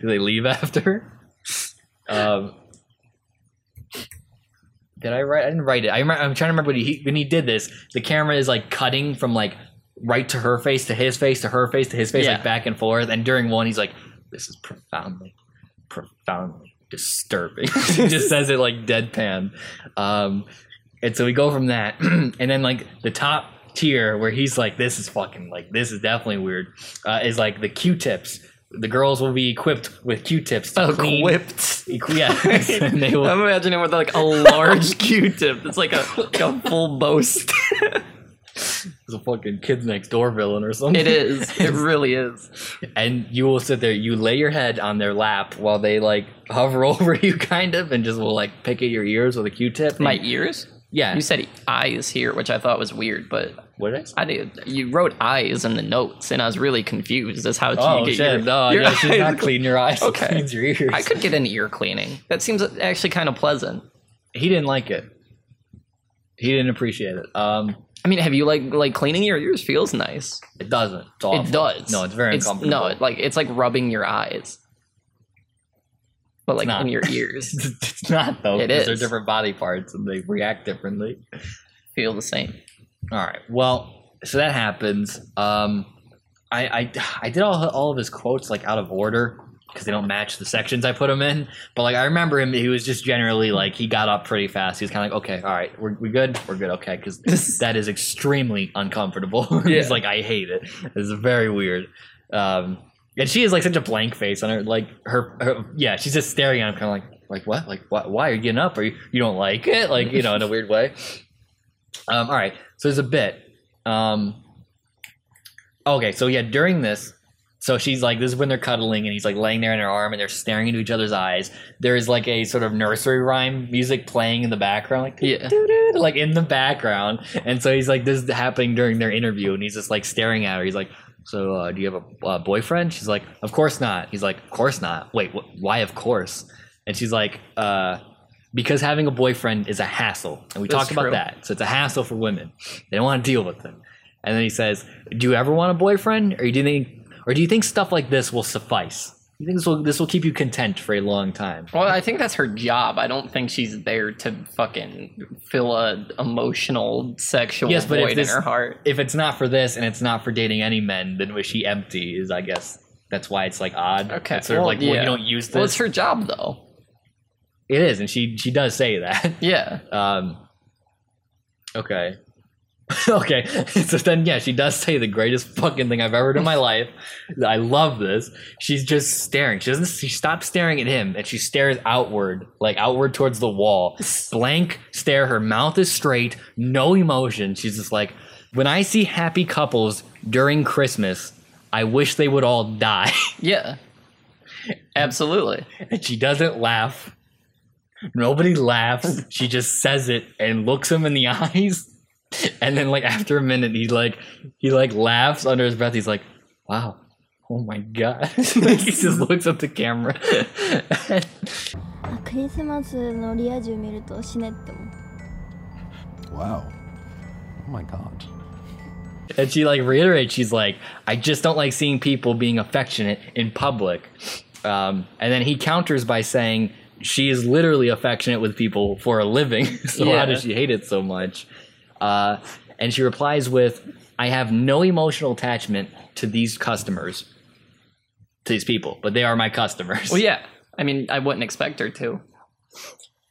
[SPEAKER 1] Do they leave after? Um, did I write? I didn't write it. I remember, I'm trying to remember when he when he did this. The camera is like cutting from like right to her face to his face to her face to his face,
[SPEAKER 2] Yeah.
[SPEAKER 1] like back and forth. And during one, he's like, "This is profoundly, profoundly disturbing." *laughs* he just says it like deadpan. Um, and so we go from that, *clears throat* and then like the top tier where he's like, "This is fucking like this is definitely weird," uh, is like the Q-tips. The girls will be equipped with Q-tips to *laughs* clean.
[SPEAKER 2] Oh, Equipped. Um,
[SPEAKER 1] Equ- yes, *laughs*
[SPEAKER 2] *laughs*
[SPEAKER 1] and they will
[SPEAKER 2] I'm imagining with like a large *laughs* Q-tip. It's like a, like a full boast. *laughs*
[SPEAKER 1] It's a fucking kids next door villain or something.
[SPEAKER 2] it is. It really is.
[SPEAKER 1] *laughs* And you will sit there, you lay your head on their lap while they like hover *laughs* over you kind of and just will like pick at your ears with a Q tip.
[SPEAKER 2] My ears?
[SPEAKER 1] Yeah.
[SPEAKER 2] You said eyes here, which I thought was weird, but
[SPEAKER 1] what did I say?
[SPEAKER 2] I did. You wrote eyes in the notes, and I was really confused as how do
[SPEAKER 1] Oh
[SPEAKER 2] you get
[SPEAKER 1] shit.
[SPEAKER 2] your,
[SPEAKER 1] no,
[SPEAKER 2] your
[SPEAKER 1] yeah, she's
[SPEAKER 2] eyes- *laughs*
[SPEAKER 1] not clean your eyes. She
[SPEAKER 2] Okay.
[SPEAKER 1] cleans your ears.
[SPEAKER 2] I could get an ear cleaning. That seems actually kind of pleasant.
[SPEAKER 1] he didn't like it. He didn't appreciate it. Um
[SPEAKER 2] I mean, have you like like cleaning your ears feels nice.
[SPEAKER 1] it doesn't. It's awful.
[SPEAKER 2] It does.
[SPEAKER 1] No, it's very uncomfortable.
[SPEAKER 2] No, it, like it's like rubbing your eyes, but like
[SPEAKER 1] not.
[SPEAKER 2] in your
[SPEAKER 1] *laughs*
[SPEAKER 2] ears
[SPEAKER 1] it's not though.
[SPEAKER 2] It
[SPEAKER 1] 'cause They're
[SPEAKER 2] is.
[SPEAKER 1] different body parts and they react differently.
[SPEAKER 2] feel the same.
[SPEAKER 1] All right. Well, so that happens. Um, I, I I did all all of his quotes like out of order because they don't match the sections I put him in. But like I remember him, he was just generally like he got up pretty fast. He was kind of like, okay, all right, we're we good, we're good, okay, *laughs* because that is extremely uncomfortable. *laughs*
[SPEAKER 2] Yeah.
[SPEAKER 1] He's like, I hate it. It's very weird. Um, and she is like such a blank face on her, like her, her yeah, she's just staring at him, kind of like like what, like what, why are you getting up? Or you, you don't like it, like you know, in a weird way. Um, all right. So there's a bit. Um, okay. So yeah, during this, so she's like, this is when they're cuddling, and he's like laying there in her arm, and they're staring into each other's eyes. There is like a sort of nursery rhyme music playing in the background, like
[SPEAKER 2] Yeah.
[SPEAKER 1] doo-doo-doo, like in the background. And so he's like, this is happening during their interview, and he's just like staring at her. He's like. So, uh, do you have a uh, boyfriend? She's like, of course not. He's like, of course not. Wait, wh- why? Of course. And she's like, uh, because having a boyfriend is a hassle, and we
[SPEAKER 2] That's
[SPEAKER 1] talked about
[SPEAKER 2] true.
[SPEAKER 1] that. So it's a hassle for women. They don't want to deal with it. And then he says, "Do you ever want a boyfriend, or do you think, or do you think stuff like this will suffice? You think this will this will keep you content for a long time?"
[SPEAKER 2] Well, I think that's her job. I don't think she's there to fucking fill a emotional sexual
[SPEAKER 1] Yes, but if
[SPEAKER 2] void
[SPEAKER 1] this-
[SPEAKER 2] in her heart.
[SPEAKER 1] If it's not for this, and it's not for dating any men, then was she empty? Is I guess that's why it's like odd.
[SPEAKER 2] Okay,
[SPEAKER 1] it's sort
[SPEAKER 2] well,
[SPEAKER 1] of like well,
[SPEAKER 2] yeah.
[SPEAKER 1] you don't use
[SPEAKER 2] Well, it's
[SPEAKER 1] this.
[SPEAKER 2] her job though.
[SPEAKER 1] it is, and she she does say that.
[SPEAKER 2] Yeah.
[SPEAKER 1] Um, okay. *laughs* okay. *laughs* So then, yeah, she does say the greatest fucking thing I've ever heard in my life. I love this. She's just staring. She doesn't. She stops staring at him, and she stares outward, like outward towards the wall. Blank stare. Her mouth is straight. No emotion. She's just like, when I see happy couples during Christmas, I wish they would all die. *laughs*
[SPEAKER 2] Yeah. Absolutely.
[SPEAKER 1] and *laughs* she doesn't laugh. Nobody laughs. She just says it and looks him in the *laughs* eyes. And then like after a minute he like he like laughs under his breath. He's like, "Wow. Oh my god." *laughs* like, he just looks at the camera. *laughs*
[SPEAKER 3] あクリスマスのリア充見ると死ねって思う
[SPEAKER 5] Wow. Oh my god.
[SPEAKER 1] and she like reiterates she's like, "I just don't like seeing people being affectionate in public." Um, and then he counters by saying, "She is literally affectionate with people for a living. *laughs* so
[SPEAKER 2] Yeah.
[SPEAKER 1] how does she hate it so much?" Uh, and she replies with, I have no emotional attachment to these customers, to these people, but they are my customers.
[SPEAKER 2] Well, yeah. I mean, I wouldn't expect her to.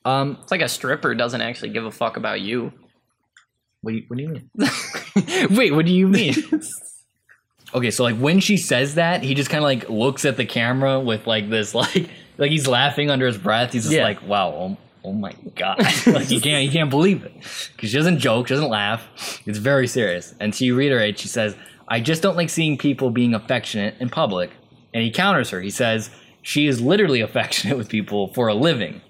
[SPEAKER 1] Um,
[SPEAKER 2] It's like a stripper doesn't actually give a fuck about you.
[SPEAKER 1] what do you, what do you mean? *laughs* Wait, what do you *laughs* mean? okay, so like when she says that, he just kind of like looks at the camera with like this, *laughs* like, like he's laughing under his breath. He's just
[SPEAKER 2] Yeah.
[SPEAKER 1] like, wow, oh, oh my *laughs* god, like you can't you can't believe it because she doesn't joke, she doesn't laugh. It's very serious, and she reiterates. She says, "I just don't like seeing people being affectionate in public." And he counters her. He says, "She is literally *laughs* affectionate with people for a living."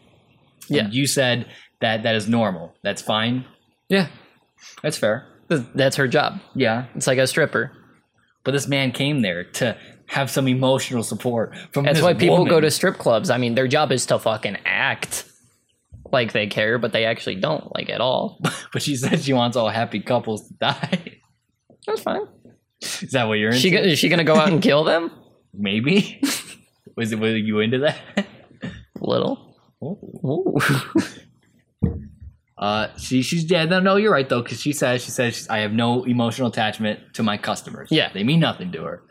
[SPEAKER 2] Yeah.
[SPEAKER 1] And you said that that is normal. That's fine.
[SPEAKER 2] Yeah.
[SPEAKER 1] That's fair.
[SPEAKER 2] Th- That's her job.
[SPEAKER 1] Yeah,
[SPEAKER 2] It's like a stripper.
[SPEAKER 1] but this man came there to have some emotional support from.
[SPEAKER 2] That's
[SPEAKER 1] this
[SPEAKER 2] why people
[SPEAKER 1] woman.
[SPEAKER 2] go to strip clubs. I mean, their job is to fucking act like they care, but they actually don't like at all. *laughs*
[SPEAKER 1] But she *laughs* says she wants all happy couples to die. *laughs*
[SPEAKER 2] That's fine.
[SPEAKER 1] Is that what you're into?
[SPEAKER 2] She go- is she gonna go out and kill them? *laughs*
[SPEAKER 1] Maybe. *laughs* was it? Were you into that? *laughs*
[SPEAKER 2] Little. Ooh. *laughs*
[SPEAKER 1] Uh, she, she's dead. No, no, you're right though, because she says she says I have no emotional attachment to my customers.
[SPEAKER 2] Yeah.
[SPEAKER 1] they mean nothing to her.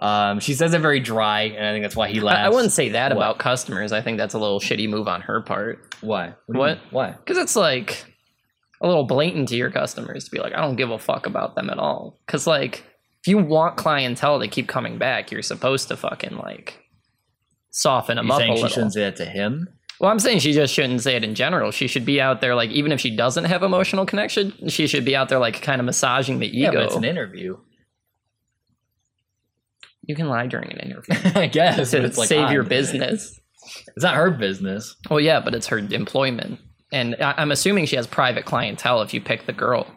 [SPEAKER 1] Um, she says it very dry, and I think that's why he laughs.
[SPEAKER 2] I, I wouldn't say that
[SPEAKER 1] What?
[SPEAKER 2] about customers. I think that's a little shitty move on her part
[SPEAKER 1] Why?
[SPEAKER 2] What?
[SPEAKER 1] Why?
[SPEAKER 2] because it's like a little blatant to your customers to be like, I don't give a fuck about them at all. Because like, if you want clientele to keep coming back, you're supposed to fucking like soften them
[SPEAKER 1] You
[SPEAKER 2] up a
[SPEAKER 1] saying she
[SPEAKER 2] little.
[SPEAKER 1] shouldn't say that to him?
[SPEAKER 2] Well, I'm saying she just shouldn't say it in general. She should be out there, like, even if she doesn't have emotional connection, she should be out there, like, kind of massaging the
[SPEAKER 1] Yeah,
[SPEAKER 2] ego.
[SPEAKER 1] but it's an interview. *laughs*
[SPEAKER 2] you can lie during an interview *laughs*
[SPEAKER 1] I guess. but
[SPEAKER 2] to
[SPEAKER 1] it's like
[SPEAKER 2] save your
[SPEAKER 1] odd.
[SPEAKER 2] business.
[SPEAKER 1] It's not her business.
[SPEAKER 2] Well, yeah, but it's her employment. And I- I'm assuming she has private clientele if you pick the girl,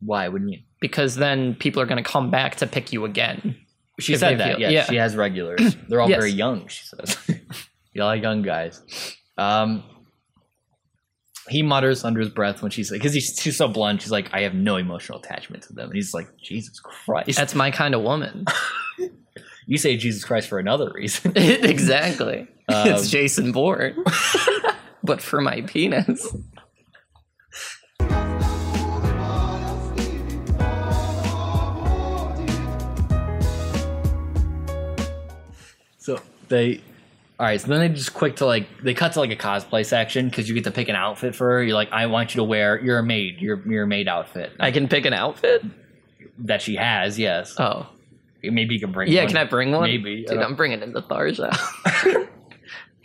[SPEAKER 1] Why wouldn't you?
[SPEAKER 2] because then people are going to come back to pick you again.
[SPEAKER 1] She
[SPEAKER 2] If
[SPEAKER 1] said
[SPEAKER 2] they
[SPEAKER 1] that.
[SPEAKER 2] feel-
[SPEAKER 1] yes,
[SPEAKER 2] yeah.
[SPEAKER 1] she has regulars. They're all
[SPEAKER 2] Yes.
[SPEAKER 1] very young. She says, *laughs* "You all young guys." Um, he mutters under his breath when she's like, because he's she's so blunt. She's like, "I have no emotional attachment to them," and he's like, "Jesus Christ!"
[SPEAKER 2] That's my kind of *laughs* woman.
[SPEAKER 1] you say Jesus Christ for another reason. *laughs*
[SPEAKER 2] exactly.
[SPEAKER 1] Um,
[SPEAKER 2] it's Jason *laughs* Bourne, but for my penis.
[SPEAKER 1] so they, all right. So then they just quick to like they cut to like a cosplay section because you get to pick an outfit for her. You're like, I want you to wear. You're a maid. Your your maid outfit
[SPEAKER 2] I can pick an outfit.
[SPEAKER 1] that she has. Yes.
[SPEAKER 2] Oh,
[SPEAKER 1] Maybe you Uh, can bring.
[SPEAKER 2] Yeah,
[SPEAKER 1] one.
[SPEAKER 2] can I bring one?
[SPEAKER 1] Maybe. I
[SPEAKER 2] Dude,
[SPEAKER 1] don't-
[SPEAKER 2] I'm bringing in
[SPEAKER 1] *laughs*
[SPEAKER 2] the Tharja. *laughs*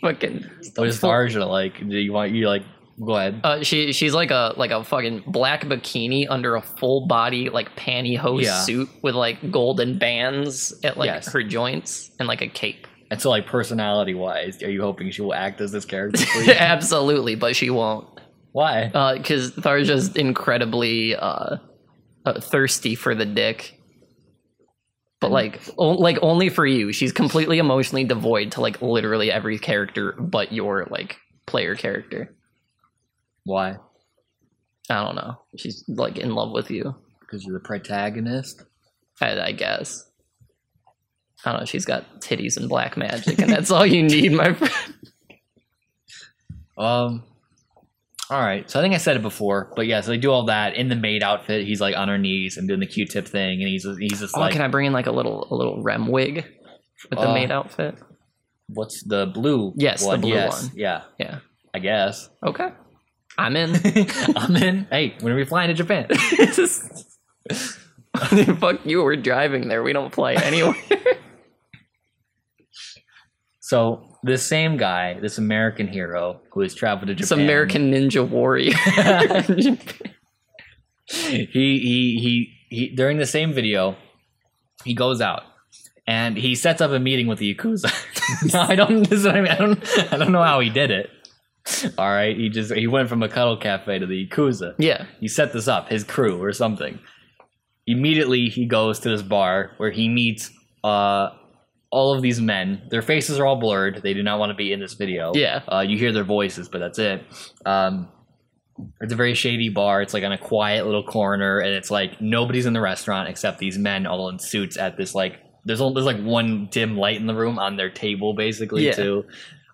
[SPEAKER 2] fucking.
[SPEAKER 1] What Oh, is Farja like? Do you want you like? Go ahead.
[SPEAKER 2] Uh, she she's like a like a fucking black bikini under a full body like pantyhose
[SPEAKER 1] Yeah.
[SPEAKER 2] suit with like golden bands at like
[SPEAKER 1] Yes.
[SPEAKER 2] her joints and like a cape.
[SPEAKER 1] And so, like, personality wise, are you hoping she will act as this character
[SPEAKER 2] *laughs*
[SPEAKER 1] for you?
[SPEAKER 2] Absolutely, but she won't
[SPEAKER 1] Why?
[SPEAKER 2] because Uh, Tharja's incredibly uh, uh, thirsty for the dick. But like, o- like only for you. She's completely emotionally devoid to like literally every character but your like player character.
[SPEAKER 1] Why?
[SPEAKER 2] I don't know. She's like in love with you,
[SPEAKER 1] Because you're the protagonist?
[SPEAKER 2] I, I guess. I don't know. She's got titties and black magic, and that's all *laughs* you need, my friend.
[SPEAKER 1] Um. All right. So I think I said it before, but yeah. So they do all that in the maid outfit. He's like on her knees and doing the Q-tip thing, and he's he's just
[SPEAKER 2] Oh,
[SPEAKER 1] like,
[SPEAKER 2] can I bring in like a little a little rem wig with the
[SPEAKER 1] Uh,
[SPEAKER 2] maid outfit?
[SPEAKER 1] "What's the blue?
[SPEAKER 2] Yes, the
[SPEAKER 1] one?
[SPEAKER 2] blue
[SPEAKER 1] yes.
[SPEAKER 2] one.
[SPEAKER 1] Yeah,
[SPEAKER 2] Yeah.
[SPEAKER 1] I guess. *laughs*
[SPEAKER 2] Okay. I'm in.
[SPEAKER 1] I'm in. Hey, when are we flying to
[SPEAKER 2] *laughs*
[SPEAKER 1] Japan?
[SPEAKER 2] Fuck you, we're driving there. We don't play *laughs* anyway.
[SPEAKER 1] so this same guy, this American hero who has traveled to Japan,
[SPEAKER 2] it's American Ninja *laughs* Warrior.
[SPEAKER 1] he he he he during the same video he goes out and he sets up a meeting with the yakuza *laughs* No, i don't this is what I, mean. I don't i don't know how he did it all right he just he went from a cuddle cafe to the yakuza
[SPEAKER 2] yeah.
[SPEAKER 1] he set this up his crew or something immediately he goes to this bar where he meets uh all of these men their faces are all blurred they do not want to be in this video
[SPEAKER 2] Yeah.
[SPEAKER 1] uh, you hear their voices but that's it um it's a very shady bar it's like on a quiet little corner and it's like nobody's in the restaurant except these men all in suits at this like there's only there's like one dim light in the room on their table basically
[SPEAKER 2] Yeah.
[SPEAKER 1] too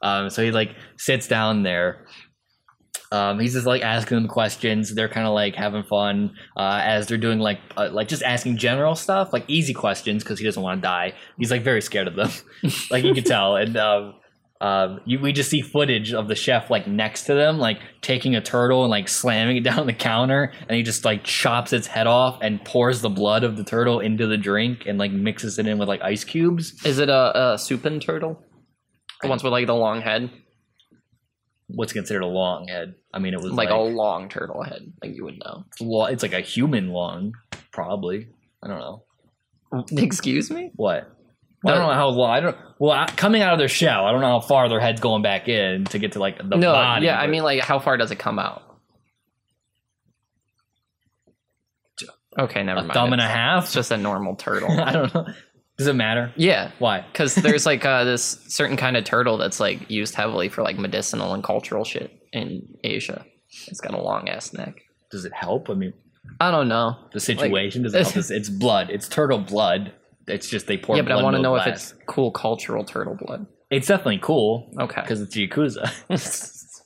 [SPEAKER 1] um so he like sits down there um, he's just like asking them questions. They're kind of like having fun uh, as they're doing like uh, like just asking general stuff, like easy questions because he doesn't want to die. He's like very scared of them, *laughs* like you can tell. And um, um, you, we just see footage of the chef like next to them, like taking a turtle and like slamming it *laughs* down the counter, and he just like chops its head off and pours the blood of the turtle into the drink and like mixes it in with like ice cubes.
[SPEAKER 2] Is it a, a supin turtle? The ones with like the long head,
[SPEAKER 1] What's considered a long head? I mean, it was like,
[SPEAKER 2] like, a long turtle head, like you would know.
[SPEAKER 1] lo- it's like a human long, probably. I don't know
[SPEAKER 2] *laughs* Excuse me?
[SPEAKER 1] what. I don't know how long. I don't. Well, I- coming out of their shell, I don't know how far their head's going back in to get to like the
[SPEAKER 2] no,
[SPEAKER 1] body.
[SPEAKER 2] yeah, I
[SPEAKER 1] but-
[SPEAKER 2] mean like how far does it come out? Okay, never
[SPEAKER 1] a
[SPEAKER 2] mind.
[SPEAKER 1] thumb and a
[SPEAKER 2] It's-
[SPEAKER 1] half.
[SPEAKER 2] It's just a normal *laughs* turtle.
[SPEAKER 1] *laughs* I don't know. Does it matter?
[SPEAKER 2] yeah,
[SPEAKER 1] Why?
[SPEAKER 2] because there's like uh, this certain kind of turtle that's like used heavily for like medicinal and cultural shit in Asia. It's got a long ass neck.
[SPEAKER 1] Does it help? I mean,
[SPEAKER 2] I don't know.
[SPEAKER 1] the situation does it
[SPEAKER 2] *laughs*
[SPEAKER 1] help. It's, it's blood. It's turtle blood. It's just they pour.
[SPEAKER 2] yeah, but I
[SPEAKER 1] want to
[SPEAKER 2] know if it's cool cultural turtle blood.
[SPEAKER 1] It's definitely cool
[SPEAKER 2] Okay.
[SPEAKER 1] because it's yakuza. *laughs*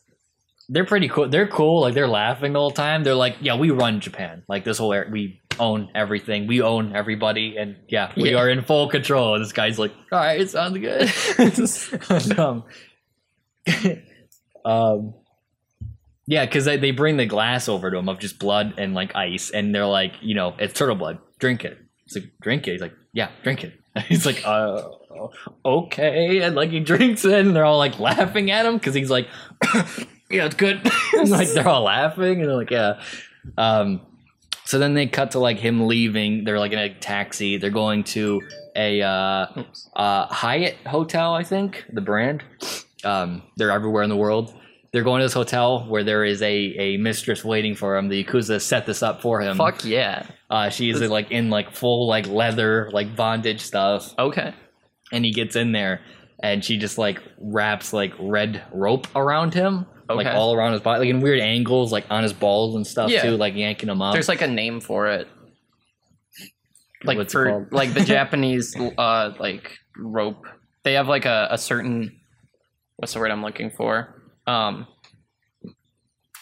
[SPEAKER 1] they're pretty cool. They're cool. Like they're laughing the whole time. They're like, yeah, we run Japan. Like this whole area, we own everything. We own everybody, and yeah, we
[SPEAKER 2] Yeah.
[SPEAKER 1] are in full control. And this guy's like, all right, it sounds good.
[SPEAKER 2] *laughs*
[SPEAKER 1] And, *laughs* um, um, yeah, because they, they bring the glass over to him of just blood and like ice, and they're like, you know, it's turtle blood. Drink it. It's like drink it. He's like, yeah, drink it. *laughs* He's like, uh, okay, and like he drinks it, and they're all like laughing at him because he's like, *coughs* yeah, it's good. *laughs* And, like they're all laughing, and they're like, yeah. Um, so then they cut to like him leaving. They're like in a taxi. They're going to a uh, uh, Hyatt hotel, I think, the brand. Um, they're everywhere in the world. They're going to this hotel where there is a, a mistress waiting for him. The Yakuza set this up for him.
[SPEAKER 2] Fuck yeah.
[SPEAKER 1] Uh, she is like in like full like leather like bondage stuff,
[SPEAKER 2] Okay.
[SPEAKER 1] um, and he gets in there, and she just like wraps like red rope around him, like
[SPEAKER 2] Okay.
[SPEAKER 1] all around his body, like in weird angles, like on his balls and stuff
[SPEAKER 2] Yeah.
[SPEAKER 1] too, like yanking him up.
[SPEAKER 2] There's like a name for it. Like
[SPEAKER 1] What's it
[SPEAKER 2] for
[SPEAKER 1] called? *laughs*
[SPEAKER 2] like the Japanese uh like rope. They have like a, a certain what's the word I'm looking for? Um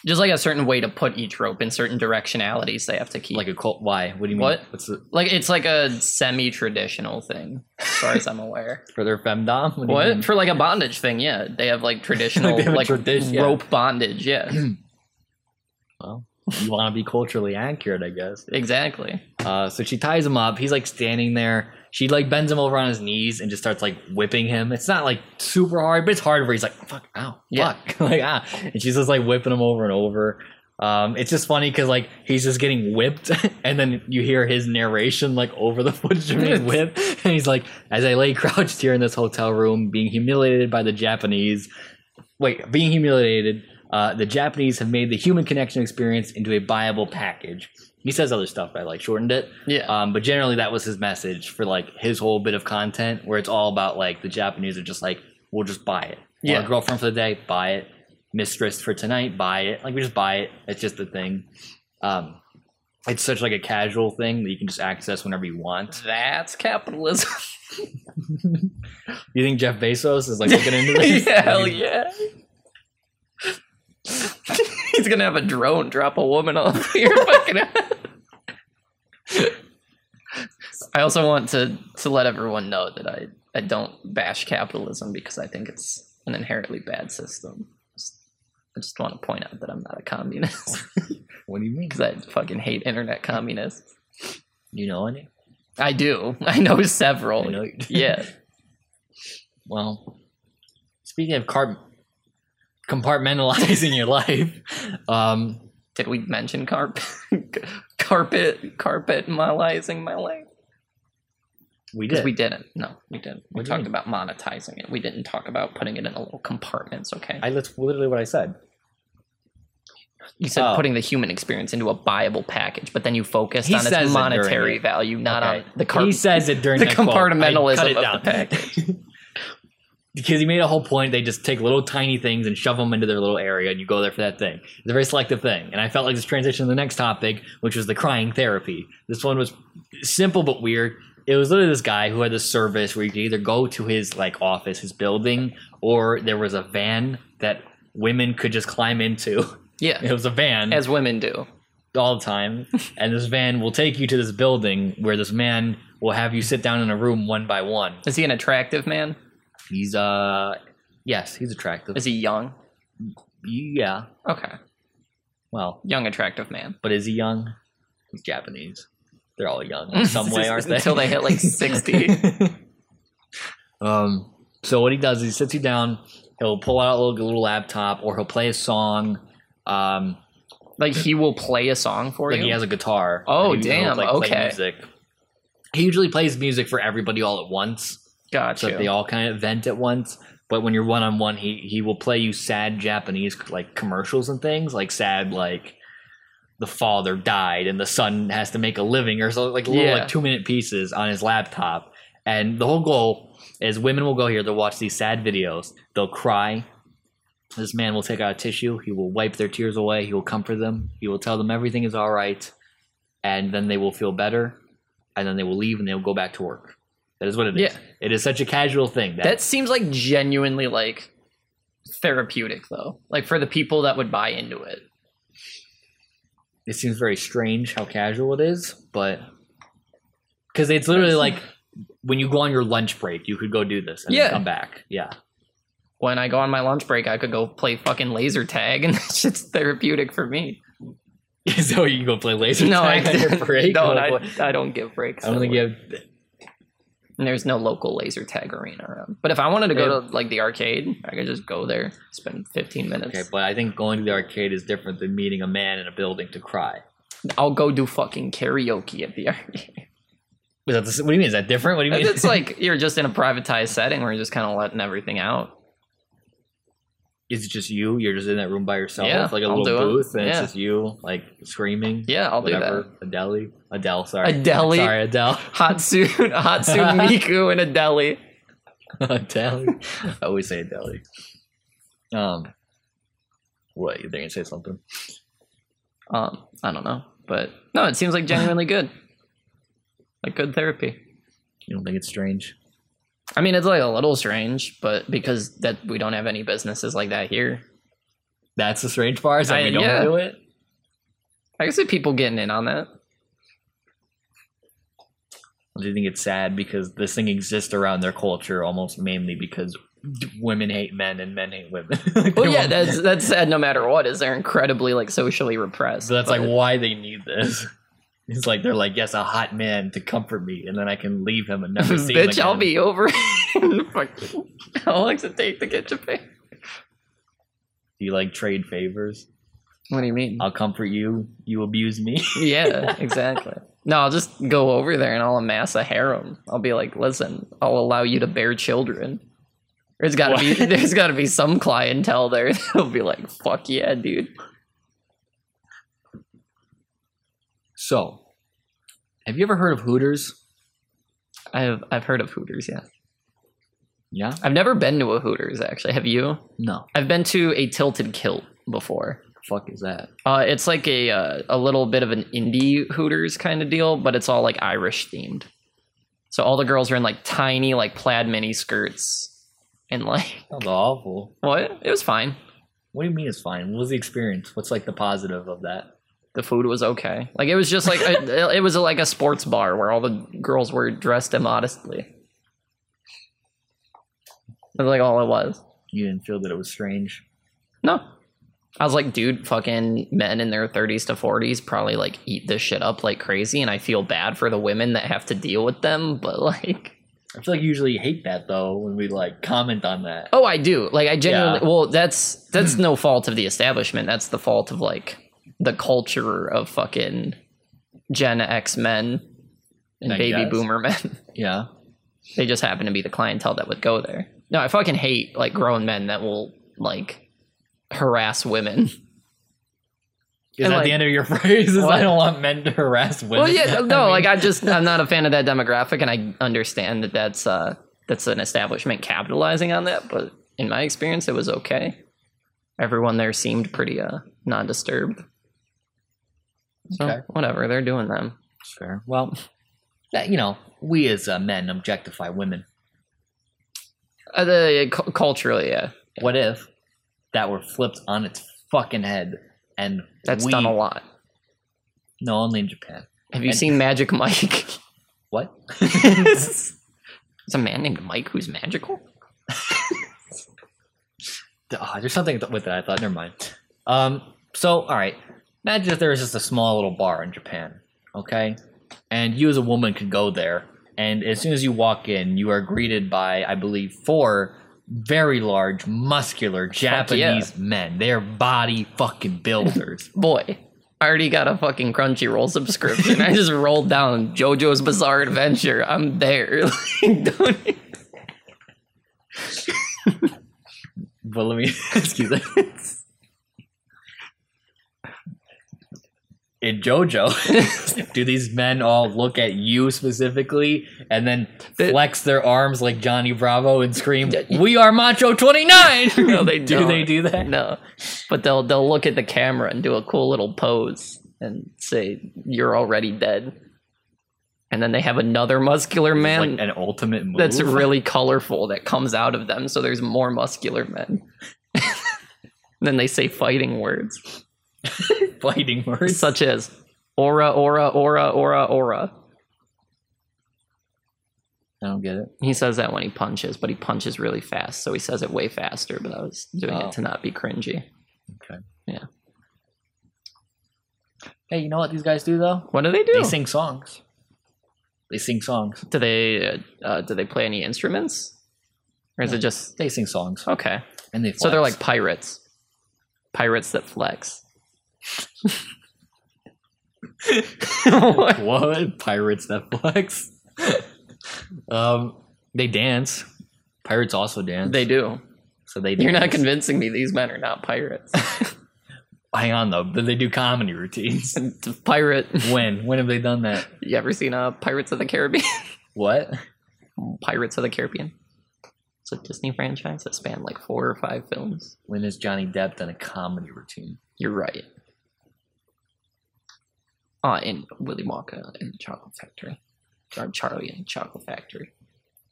[SPEAKER 2] just like a certain way to put each rope in certain directionalities they have to keep.
[SPEAKER 1] like a cult. Why? What do you mean?
[SPEAKER 2] What?
[SPEAKER 1] What's the,
[SPEAKER 2] like it's like a semi traditional thing, as far as I'm aware.
[SPEAKER 1] *laughs* for their femdom? do you mean?
[SPEAKER 2] *laughs* What for like a bondage thing? Yeah, they have like traditional
[SPEAKER 1] Like, *laughs* they
[SPEAKER 2] like,
[SPEAKER 1] have a tradi- yeah.
[SPEAKER 2] rope
[SPEAKER 1] *clears throat*
[SPEAKER 2] bondage. Yeah,
[SPEAKER 1] Well, you want to be culturally accurate, I guess.
[SPEAKER 2] exactly.
[SPEAKER 1] Uh, so she ties him up. He's like standing there. She like bends him over on his knees and just starts like whipping him. It's not like super hard, but it's hard where he's like, fuck, ow,
[SPEAKER 2] Yeah.
[SPEAKER 1] fuck. *laughs* like, ah. And she's just like whipping him over and over. Um, it's just funny because like he's just getting whipped, *laughs* and then you hear his narration like over the footage of
[SPEAKER 2] *laughs*
[SPEAKER 1] being whipped, and he's like, "As I lay crouched here in this hotel room, being humiliated by the Japanese, wait, being humiliated, uh, the Japanese have made the human connection experience into a viable package." He says other stuff, but I like shortened it.
[SPEAKER 2] Yeah,
[SPEAKER 1] Um, but generally, that was his message for like his whole bit of content, where it's all about like the Japanese are just like, we'll just buy it. Yeah,
[SPEAKER 2] Yeah.
[SPEAKER 1] girlfriend for the day, buy it. Mistress for tonight, buy it. Like we just buy it. It's just a thing. Um, it's such like a casual thing that you can just access whenever you want.
[SPEAKER 2] that's capitalism. *laughs*
[SPEAKER 1] You think Jeff Bezos is like looking into
[SPEAKER 2] *laughs*
[SPEAKER 1] this?
[SPEAKER 2] yeah, hell yeah. *laughs* He's gonna have a drone drop a woman off *laughs* your fucking head. I also want to to let everyone know that I I don't bash capitalism because I think it's an inherently bad system. Just- I just want to point out that I'm not a communist *laughs*
[SPEAKER 1] What do you mean?
[SPEAKER 2] because I fucking hate internet communists.
[SPEAKER 1] You know any?
[SPEAKER 2] I do. *laughs* I know several.
[SPEAKER 1] I know you-
[SPEAKER 2] Oh, yeah.
[SPEAKER 1] Well, speaking of car- compartmentalizing *laughs* your life, um,
[SPEAKER 2] Did we mention carpet? *laughs* carpet, carpet, monetizing my life?
[SPEAKER 1] we
[SPEAKER 2] Because
[SPEAKER 1] did.
[SPEAKER 2] we didn't. No, we didn't. We
[SPEAKER 1] What do you
[SPEAKER 2] talked
[SPEAKER 1] mean?
[SPEAKER 2] about monetizing it. We didn't talk about putting it in a little compartments. Okay.
[SPEAKER 1] I that's literally what I said.
[SPEAKER 2] you said
[SPEAKER 1] Oh.
[SPEAKER 2] putting the human experience into a viable package, but then you focused
[SPEAKER 1] He
[SPEAKER 2] on
[SPEAKER 1] says it
[SPEAKER 2] its
[SPEAKER 1] during
[SPEAKER 2] monetary
[SPEAKER 1] it.
[SPEAKER 2] value, not
[SPEAKER 1] Okay.
[SPEAKER 2] on the carpet.
[SPEAKER 1] He says it during
[SPEAKER 2] the
[SPEAKER 1] that quote.
[SPEAKER 2] compartmentalism
[SPEAKER 1] I cut it
[SPEAKER 2] of the
[SPEAKER 1] down. *laughs*
[SPEAKER 2] package.
[SPEAKER 1] because he made a whole point. They just take little tiny things and shove them into their little area, and you go there for that thing. It's a very selective thing. And I felt like this transition to the next topic, which was the crying therapy. This one was simple but weird. It was literally this guy who had this service where you could either go to his like office, his building, or there was a van that women could just climb into. *laughs* It
[SPEAKER 2] yeah,
[SPEAKER 1] was a van
[SPEAKER 2] as women do.
[SPEAKER 1] all the time, and this van will take you to this building where this man will have you sit down in a room one by one.
[SPEAKER 2] Is he an attractive man?
[SPEAKER 1] He's uh, yes, he's attractive.
[SPEAKER 2] Is he young?
[SPEAKER 1] yeah,
[SPEAKER 2] Okay,
[SPEAKER 1] well,
[SPEAKER 2] young attractive man.
[SPEAKER 1] but is he young? He's Japanese. They're
[SPEAKER 2] *laughs*
[SPEAKER 1] all young in some way, aren't they?
[SPEAKER 2] Until they hit like sixty.
[SPEAKER 1] *laughs* um, So what he does is he sits you down. He'll pull out a little, little laptop, or he'll play a song. Um,
[SPEAKER 2] Like he will play a song for
[SPEAKER 1] like
[SPEAKER 2] you.
[SPEAKER 1] he has a guitar.
[SPEAKER 2] Oh,
[SPEAKER 1] and he'll,
[SPEAKER 2] damn,
[SPEAKER 1] play
[SPEAKER 2] okay.
[SPEAKER 1] music. He usually plays music for everybody all at once, so
[SPEAKER 2] gotcha.
[SPEAKER 1] that they all kind of vent at once. But when you're one on one, he he will play you sad Japanese like commercials and things, like sad like the father died and the son has to make a living or so like little
[SPEAKER 2] Yeah.
[SPEAKER 1] like two minute pieces on his laptop. And the whole goal is women will go here, they'll watch these sad videos, they'll cry. This man will take out a tissue, he will wipe their tears away, he will comfort them, he will tell them everything is all right, and then they will feel better, and then they will leave and they'll go back to work. That is what it is.
[SPEAKER 2] Yeah.
[SPEAKER 1] It is such a casual thing. That,
[SPEAKER 2] that seems like genuinely like therapeutic though. Like for the people that would buy into it.
[SPEAKER 1] it seems very strange how casual it is, but because it's literally like when you go on your lunch break, you could go do this and then
[SPEAKER 2] Yeah.
[SPEAKER 1] come back. Yeah, *laughs*
[SPEAKER 2] When I go on my lunch break, I could go play fucking laser tag, and *laughs* that shit's therapeutic for
[SPEAKER 1] *laughs*
[SPEAKER 2] me.
[SPEAKER 1] so you can go play laser
[SPEAKER 2] No, I
[SPEAKER 1] tag on
[SPEAKER 2] *laughs*
[SPEAKER 1] your break.
[SPEAKER 2] No,
[SPEAKER 1] Oh,
[SPEAKER 2] I,
[SPEAKER 1] boy.
[SPEAKER 2] I don't give breaks.
[SPEAKER 1] I don't think you have.
[SPEAKER 2] And there's no local laser tag arena around. But if I wanted to go to like the arcade, I could just go there, spend 15 minutes.
[SPEAKER 1] Okay, but I think going to the arcade is different than meeting a man in a building to cry.
[SPEAKER 2] I'll go do fucking karaoke at the *laughs* arcade.
[SPEAKER 1] Is that the, s- what do you mean? Is that different? What do *laughs* you mean?
[SPEAKER 2] it's like you're just in a privatized setting where you're just kind of letting everything out.
[SPEAKER 1] *laughs* is it just you? You're just in that room by yourself,
[SPEAKER 2] Yeah,
[SPEAKER 1] like a
[SPEAKER 2] I'll
[SPEAKER 1] little
[SPEAKER 2] do it.
[SPEAKER 1] booth, and it's
[SPEAKER 2] Yeah.
[SPEAKER 1] just you, like screaming.
[SPEAKER 2] Yeah, I'll do that.
[SPEAKER 1] whatever. Adele, Adele, sorry,
[SPEAKER 2] Adele.
[SPEAKER 1] sorry, Adele, *laughs*
[SPEAKER 2] Hot suit, hot suit Miku in a deli.
[SPEAKER 1] Adele. Uh, I always say Adele. Um, what you think? I say something?
[SPEAKER 2] Um, I don't know, but no, it seems like
[SPEAKER 1] *laughs*
[SPEAKER 2] genuinely good, like good therapy.
[SPEAKER 1] You don't think it's strange?
[SPEAKER 2] I mean, it's like a little strange, but because that we don't have any businesses like that here,
[SPEAKER 1] That's the strange part. Is that
[SPEAKER 2] I-
[SPEAKER 1] we don't
[SPEAKER 2] yeah.
[SPEAKER 1] do it.
[SPEAKER 2] I can see people getting in on that.
[SPEAKER 1] Do you think it's sad because this thing exists around their culture almost mainly because women hate men and men hate women? *laughs* Like,
[SPEAKER 2] Well,
[SPEAKER 1] they
[SPEAKER 2] yeah,
[SPEAKER 1] want- *laughs*
[SPEAKER 2] that's that's sad no matter what. Is they're incredibly like socially repressed.
[SPEAKER 1] so that's
[SPEAKER 2] but-
[SPEAKER 1] like why they need this. *laughs* It's like they're like, yes, a hot man to comfort me, and then I can leave
[SPEAKER 2] *laughs*
[SPEAKER 1] him and never see him
[SPEAKER 2] bitch, I'll
[SPEAKER 1] again."
[SPEAKER 2] be over. *laughs* in fucking *laughs* how long does it take to get Japan?
[SPEAKER 1] Do you like trade favors?
[SPEAKER 2] What do you mean?
[SPEAKER 1] I'll comfort you. You abuse me. *laughs*
[SPEAKER 2] *laughs* yeah, exactly. No, I'll just go over there and I'll amass a harem. I'll be like, listen, I'll allow you to bear children. There's gotta be
[SPEAKER 1] What?
[SPEAKER 2] there's gotta be some clientele there *laughs* that'll be like, fuck yeah, dude.
[SPEAKER 1] so, have you ever heard of Hooters?
[SPEAKER 2] I've I've heard of Hooters, yeah.
[SPEAKER 1] Yeah.
[SPEAKER 2] I've never been to a Hooters actually. Have you?
[SPEAKER 1] No.
[SPEAKER 2] I've been to a tilted kilt before.
[SPEAKER 1] Fuck is that?
[SPEAKER 2] Uh, it's like a uh, a little bit of an indie Hooters kind of deal, but it's all like Irish themed. So all the girls are in like tiny like plaid mini skirts and like *laughs*
[SPEAKER 1] Sounds awful.
[SPEAKER 2] what? It was fine.
[SPEAKER 1] What do you mean it's fine? What was the experience? What's like the positive of that?
[SPEAKER 2] The food was okay. Like it was just like
[SPEAKER 1] *laughs*
[SPEAKER 2] a, it was like a sports bar where all the girls were dressed immodestly. That's like all it was.
[SPEAKER 1] You didn't feel that it was strange.
[SPEAKER 2] No. I was like, dude, fucking men in their 30s to 40s probably like eat this shit up like crazy. And I feel bad for the women that have to deal with them. *laughs* But like,
[SPEAKER 1] I feel like you usually hate that though when we like comment on that.
[SPEAKER 2] oh, I do. Like, I genuinely,
[SPEAKER 1] Yeah. Hmm.
[SPEAKER 2] well, that's, that's no fault of the establishment. That's the fault of like the culture of fucking Gen X men and
[SPEAKER 1] I
[SPEAKER 2] baby
[SPEAKER 1] guess.
[SPEAKER 2] boomer men. *laughs*
[SPEAKER 1] Yeah.
[SPEAKER 2] they just happen to be the clientele that would go there. No, I fucking hate like grown men that will like harass women.
[SPEAKER 1] Is
[SPEAKER 2] And,
[SPEAKER 1] that
[SPEAKER 2] like-
[SPEAKER 1] the end of your *laughs* phrase? Is
[SPEAKER 2] What?
[SPEAKER 1] I don't want men to harass women.
[SPEAKER 2] Well, yeah,
[SPEAKER 1] *laughs*
[SPEAKER 2] no,
[SPEAKER 1] I mean,
[SPEAKER 2] like I just I'm not a fan of that demographic, and I understand that that's uh that's an establishment capitalizing on that, but in my experience, it was okay. Everyone there seemed pretty uh non disturbed. So
[SPEAKER 1] Okay.
[SPEAKER 2] whatever they're doing them.
[SPEAKER 1] That's fair. Well, that, you know, we as uh, men objectify women.
[SPEAKER 2] Uh, the, cu- culturally, yeah,
[SPEAKER 1] What if that were flipped on its fucking head and
[SPEAKER 2] that's
[SPEAKER 1] we,
[SPEAKER 2] done a lot.
[SPEAKER 1] No, only in Japan.
[SPEAKER 2] Have you
[SPEAKER 1] And-
[SPEAKER 2] seen Magic Mike? *laughs*
[SPEAKER 1] What?
[SPEAKER 2] There's a man named Mike who's magical.
[SPEAKER 1] Ah, there's something th- with that. I thought. Never mind. Um. So, all right. Imagine if there was just a small little bar in Japan, okay, and you as a woman could go there And as soon as you walk in, you are greeted by, I believe, four very large, muscular Japanese men. They're body fucking builders.
[SPEAKER 2] Boy, I already got a fucking Crunchyroll subscription. I just rolled down JoJo's Bizarre Adventure. I'm there. *laughs* Like, don't-
[SPEAKER 1] but let me *laughs* ask you this. In JoJo, *laughs* do these men all look at you specifically and then
[SPEAKER 2] They-
[SPEAKER 1] flex their arms like Johnny Bravo and scream,
[SPEAKER 2] Yeah.
[SPEAKER 1] We are Macho 29?
[SPEAKER 2] no, they
[SPEAKER 1] *laughs* do
[SPEAKER 2] don't.
[SPEAKER 1] they do that?
[SPEAKER 2] No, but they'll they'll look at the camera and do a cool little pose and say, "You're already dead." And then they have another muscular man
[SPEAKER 1] like an ultimate move.
[SPEAKER 2] that's really colorful that comes out of them. So there's more muscular men. *laughs* then they say fighting words
[SPEAKER 1] *laughs* fighting words.
[SPEAKER 2] such as aura, aura, aura, aura, aura.
[SPEAKER 1] I don't get it.
[SPEAKER 2] He says that when he punches, but he punches really fast, so he says it way faster. But I was doing
[SPEAKER 1] Oh.
[SPEAKER 2] it to not be cringy.
[SPEAKER 1] Okay.
[SPEAKER 2] Yeah.
[SPEAKER 1] Hey, you know what these guys do though?
[SPEAKER 2] What do they do?
[SPEAKER 1] They sing songs. They sing songs.
[SPEAKER 2] Do they uh, uh, do they play any instruments, or is it just
[SPEAKER 1] They sing songs.
[SPEAKER 2] okay?
[SPEAKER 1] And they
[SPEAKER 2] So they're
[SPEAKER 1] flex.
[SPEAKER 2] like pirates, pirates
[SPEAKER 1] *laughs*
[SPEAKER 2] that flex. *laughs*
[SPEAKER 1] *laughs*
[SPEAKER 2] What?
[SPEAKER 1] what pirates that flex? *laughs* um, they dance. Pirates also dance.
[SPEAKER 2] They do.
[SPEAKER 1] So they.
[SPEAKER 2] You're not
[SPEAKER 1] dance.
[SPEAKER 2] convincing me these men are not pirates.
[SPEAKER 1] *laughs*
[SPEAKER 2] *laughs*
[SPEAKER 1] Hang on though. Then they do comedy routines. *laughs*
[SPEAKER 2] And the pirate.
[SPEAKER 1] when? When have they done that?
[SPEAKER 2] You ever seen uh, Pirates of the Caribbean?
[SPEAKER 1] What?
[SPEAKER 2] Pirates of the Caribbean. It's a Disney franchise that spanned like four or five films.
[SPEAKER 1] When has Johnny Depp done a comedy routine?
[SPEAKER 2] You're right. Uh, in Willy Wonka and the Chocolate Factory. Or Charlie and the Chocolate Factory.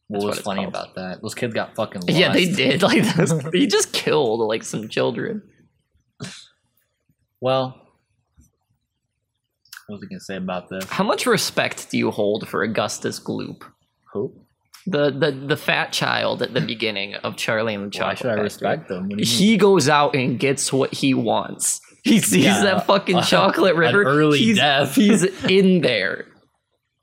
[SPEAKER 1] What
[SPEAKER 2] That's what
[SPEAKER 1] was
[SPEAKER 2] it's
[SPEAKER 1] funny
[SPEAKER 2] called.
[SPEAKER 1] about that? Those kids got fucking. Lost.
[SPEAKER 2] Yeah, they did. Like *laughs* those, he just killed like some children.
[SPEAKER 1] Well, what was I gonna say about this?
[SPEAKER 2] How much respect do you hold for Augustus Gloop?
[SPEAKER 1] Who?
[SPEAKER 2] The the the fat child at the beginning of Charlie and the
[SPEAKER 1] Why
[SPEAKER 2] Chocolate
[SPEAKER 1] should I
[SPEAKER 2] Factory.
[SPEAKER 1] respect them? What do you
[SPEAKER 2] *laughs*
[SPEAKER 1] mean?
[SPEAKER 2] he goes out and gets what he wants. He sees
[SPEAKER 1] Yeah,
[SPEAKER 2] that fucking
[SPEAKER 1] *laughs* uh,
[SPEAKER 2] chocolate
[SPEAKER 1] an
[SPEAKER 2] river.
[SPEAKER 1] early
[SPEAKER 2] he's,
[SPEAKER 1] death. *laughs*
[SPEAKER 2] he's in there.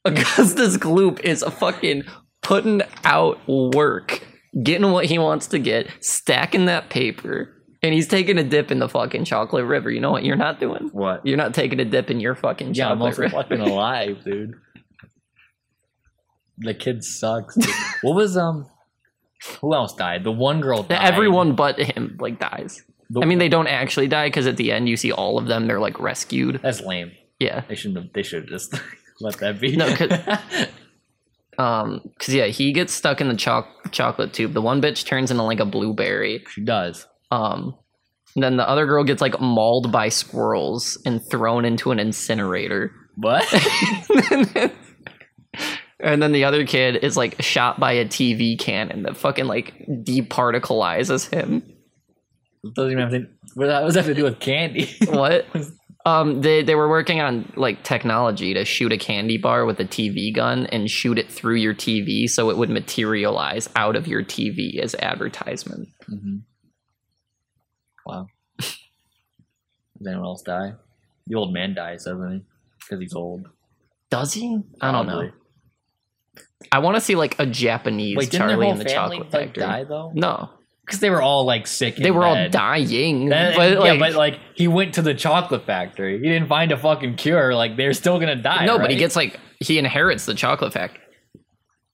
[SPEAKER 2] Augustus Gloop is a fucking putting out work, getting what he wants to get, stacking that paper, and he's taking a dip in the fucking chocolate river. You know what you're not doing?
[SPEAKER 1] What?
[SPEAKER 2] You're not taking a dip in your fucking
[SPEAKER 1] Yeah, I'm
[SPEAKER 2] chocolate
[SPEAKER 1] also
[SPEAKER 2] river. *laughs*
[SPEAKER 1] fucking alive, dude. The kid sucks. dude. what was um? Who else died? The one girl. Died.
[SPEAKER 2] Everyone but him like dies.
[SPEAKER 1] The-
[SPEAKER 2] I mean, they don't actually die because at the end you see all of them. They're like rescued.
[SPEAKER 1] That's lame.
[SPEAKER 2] Yeah.
[SPEAKER 1] They shouldn't. Have, they should have just *laughs* let that be.
[SPEAKER 2] No, 'cause- Um, cause yeah, he gets stuck in the choc chocolate tube. The one bitch turns into like a blueberry.
[SPEAKER 1] she does.
[SPEAKER 2] Um, and then the other girl gets like mauled by squirrels and thrown into an incinerator. *laughs*
[SPEAKER 1] What?
[SPEAKER 2] And then the other kid is like shot by a TV cannon that fucking like departicleizes him.
[SPEAKER 1] doesn't even have to. What does that have to do with candy? *laughs*
[SPEAKER 2] What? Um, they they were working on like technology to shoot a candy bar with a TV gun and shoot it through your TV so it would materialize out of your TV as advertisement.
[SPEAKER 1] Mm-hmm. wow. Does anyone else die? The old man dies, doesn't he? Because he's old.
[SPEAKER 2] Does he? I don't know.
[SPEAKER 1] Probably.
[SPEAKER 2] I want to see like a Japanese
[SPEAKER 1] Wait, didn't
[SPEAKER 2] Charlie
[SPEAKER 1] their
[SPEAKER 2] and
[SPEAKER 1] whole
[SPEAKER 2] the
[SPEAKER 1] family
[SPEAKER 2] Chocolate
[SPEAKER 1] like,
[SPEAKER 2] Factory.
[SPEAKER 1] die though?
[SPEAKER 2] No,
[SPEAKER 1] Because they were all like sick.
[SPEAKER 2] they
[SPEAKER 1] in
[SPEAKER 2] were all
[SPEAKER 1] bed.
[SPEAKER 2] dying,
[SPEAKER 1] That-
[SPEAKER 2] but like,
[SPEAKER 1] yeah, but like he went to the chocolate factory. He didn't find a fucking cure. Like they're still gonna die.
[SPEAKER 2] no, but he
[SPEAKER 1] right?
[SPEAKER 2] gets like he inherits the chocolate factory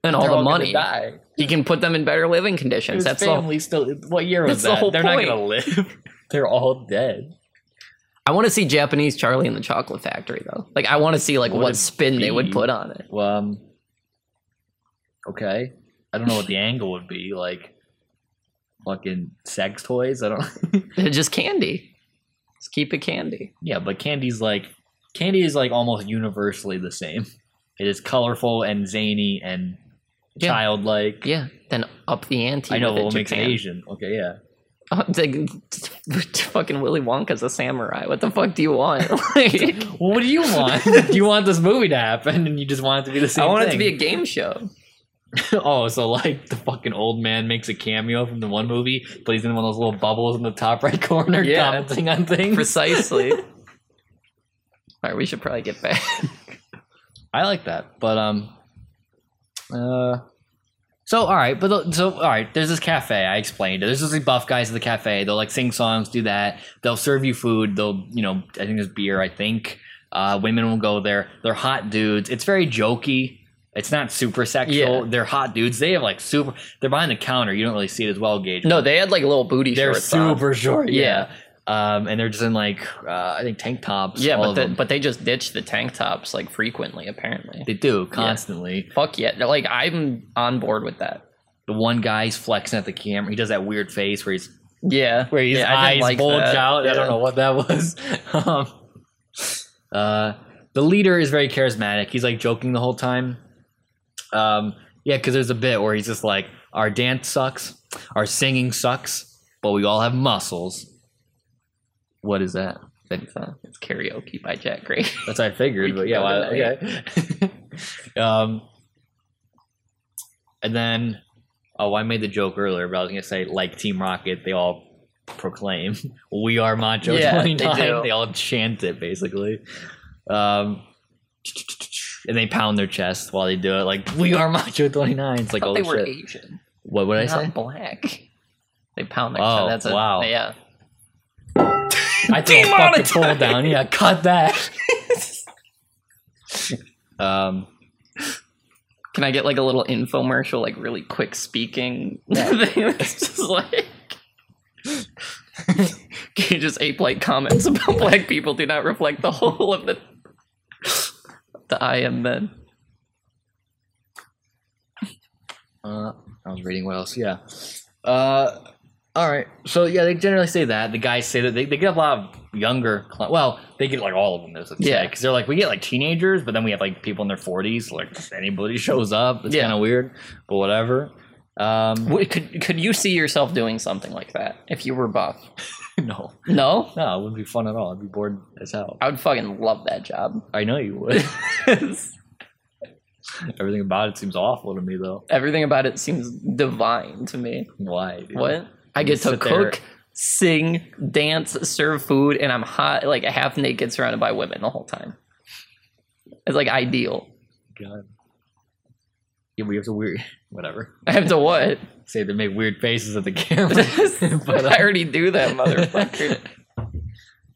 [SPEAKER 2] and all
[SPEAKER 1] They're
[SPEAKER 2] the
[SPEAKER 1] all gonna
[SPEAKER 2] money.
[SPEAKER 1] Die.
[SPEAKER 2] He can put them in better living conditions.
[SPEAKER 1] His
[SPEAKER 2] That's all.
[SPEAKER 1] family still. What year was
[SPEAKER 2] That's the
[SPEAKER 1] that?
[SPEAKER 2] whole
[SPEAKER 1] they're
[SPEAKER 2] point.
[SPEAKER 1] not gonna live. *laughs* they're all dead.
[SPEAKER 2] I want to see Japanese Charlie and the Chocolate Factory though. Like I want to see like
[SPEAKER 1] Would
[SPEAKER 2] what
[SPEAKER 1] it
[SPEAKER 2] spin they would
[SPEAKER 1] be-
[SPEAKER 2] put on it.
[SPEAKER 1] Well, um, okay. I don't know
[SPEAKER 2] *laughs*
[SPEAKER 1] what the angle would be. Like fucking sex toys. I don't. *laughs*
[SPEAKER 2] Just candy. Just keep it candy.
[SPEAKER 1] yeah, but candy's like candy is like almost universally the same. It is colorful and zany and
[SPEAKER 2] Yeah.
[SPEAKER 1] childlike.
[SPEAKER 2] Yeah. Then up the ante.
[SPEAKER 1] I know
[SPEAKER 2] with it,
[SPEAKER 1] what makes it
[SPEAKER 2] Japan. *laughs*
[SPEAKER 1] Asian. Okay, yeah.
[SPEAKER 2] Oh, it's like, *laughs* fucking Willy Wonka's a samurai. What the fuck do you want? *laughs*
[SPEAKER 1] *laughs*
[SPEAKER 2] Like,
[SPEAKER 1] Well, what do you *laughs* want? do you want this movie to happen, and you just want it to be the same?
[SPEAKER 2] I want it to
[SPEAKER 1] thing?
[SPEAKER 2] be a game show.
[SPEAKER 1] *laughs* oh, so like the fucking old man makes a cameo from the one movie, but he's in one of those little bubbles in the top right corner,
[SPEAKER 2] Yeah.
[SPEAKER 1] commenting on things. *laughs*
[SPEAKER 2] Precisely. All right, we should probably get back.
[SPEAKER 1] I like that, but um, Uh, so all right, but the- so all right. There's this cafe. I explained. There's just these buff guys at the cafe. They'll like sing songs, do that. They'll serve you food. They'll you know I think there's beer. I think uh, women will go there. They're hot dudes. It's very jokey. It's not super sexual.
[SPEAKER 2] Yeah.
[SPEAKER 1] They're hot dudes. They have like super. They're behind the counter. You don't really see it as well, Gage.
[SPEAKER 2] *laughs* No, they had like little booty
[SPEAKER 1] they're
[SPEAKER 2] shorts. on.
[SPEAKER 1] super short.
[SPEAKER 2] Yeah.
[SPEAKER 1] Yeah. Um, and they're just in like uh, I think tank tops.
[SPEAKER 2] Yeah,
[SPEAKER 1] all
[SPEAKER 2] but
[SPEAKER 1] of
[SPEAKER 2] the,
[SPEAKER 1] them.
[SPEAKER 2] but they just ditched the tank tops like frequently. Apparently,
[SPEAKER 1] they do constantly.
[SPEAKER 2] fuck yeah! Like I'm on board with that.
[SPEAKER 1] The one guy's flexing at the camera. He does that weird face where he's
[SPEAKER 2] Yeah,
[SPEAKER 1] where his
[SPEAKER 2] yeah, I
[SPEAKER 1] eyes
[SPEAKER 2] didn't like
[SPEAKER 1] bulge
[SPEAKER 2] that.
[SPEAKER 1] out. I
[SPEAKER 2] Yeah.
[SPEAKER 1] don't know what that was. *laughs* um, uh, the leader is very charismatic. He's like joking the whole time. Um, yeah, because there's a bit where he's just like, "Our dance sucks, our singing sucks, but we all have muscles." What is that?
[SPEAKER 2] It's, uh, it's karaoke by Jack Gray. *laughs*
[SPEAKER 1] That's what I figured,
[SPEAKER 2] We
[SPEAKER 1] but
[SPEAKER 2] can
[SPEAKER 1] yeah,
[SPEAKER 2] go
[SPEAKER 1] well,
[SPEAKER 2] to
[SPEAKER 1] okay. *laughs* um, and then, oh, I made the joke earlier, but I was gonna say, like Team Rocket, they all proclaim, "We are Macho
[SPEAKER 2] Yeah, they
[SPEAKER 1] 29."
[SPEAKER 2] do.
[SPEAKER 1] *laughs* They, all chant it basically, um, and they pound their chest while they do it, like "We are Macho 29." It's like,
[SPEAKER 2] Thought
[SPEAKER 1] holy
[SPEAKER 2] they were
[SPEAKER 1] shit!
[SPEAKER 2] Asian,
[SPEAKER 1] What would I
[SPEAKER 2] not *laughs*
[SPEAKER 1] say?
[SPEAKER 2] black. They pound their
[SPEAKER 1] Oh,
[SPEAKER 2] chest. That's
[SPEAKER 1] wow.
[SPEAKER 2] A, yeah,
[SPEAKER 1] I threw a fucking
[SPEAKER 2] Demonetized.
[SPEAKER 1] pole down. Yeah, cut
[SPEAKER 2] *laughs*
[SPEAKER 1] that. um.
[SPEAKER 2] Can I get like a little infomercial, like really quick speaking? *laughs* it's just like *laughs* can you just ape like comments about black people do not reflect the whole of the the I am men.
[SPEAKER 1] Uh, I was reading what else. Yeah. Uh, all right. So yeah, they generally say that. The guys say that they, they get a lot of younger. Cl- well, they get like all of them. There's
[SPEAKER 2] Yeah.
[SPEAKER 1] yeah, because they're like we get like teenagers, but then we have like people in their 40s. Like just anybody *laughs* shows up. It's
[SPEAKER 2] Yeah.
[SPEAKER 1] kind of weird, but whatever. Um,
[SPEAKER 2] *laughs* Wait, Could could you see yourself doing something like that if you were buff?
[SPEAKER 1] no,
[SPEAKER 2] No,
[SPEAKER 1] no, it wouldn't be fun at all. I'd be bored as hell.
[SPEAKER 2] I would fucking love that job.
[SPEAKER 1] I know you would. *laughs* Everything about it seems awful to me, though.
[SPEAKER 2] *laughs* Everything about it seems divine to me.
[SPEAKER 1] Why? dude? Oh
[SPEAKER 2] What? I get to
[SPEAKER 1] sit there-
[SPEAKER 2] cook, sing, dance, serve food, and I'm hot, like half naked, surrounded by women the whole time. It's like ideal. *laughs*
[SPEAKER 1] God. Yeah, we have to weird. *laughs* Whatever.
[SPEAKER 2] I have to what?
[SPEAKER 1] say they make weird faces at the *laughs* camera. *laughs* but
[SPEAKER 2] *laughs* I already do
[SPEAKER 1] *laughs*
[SPEAKER 2] that, motherfucker.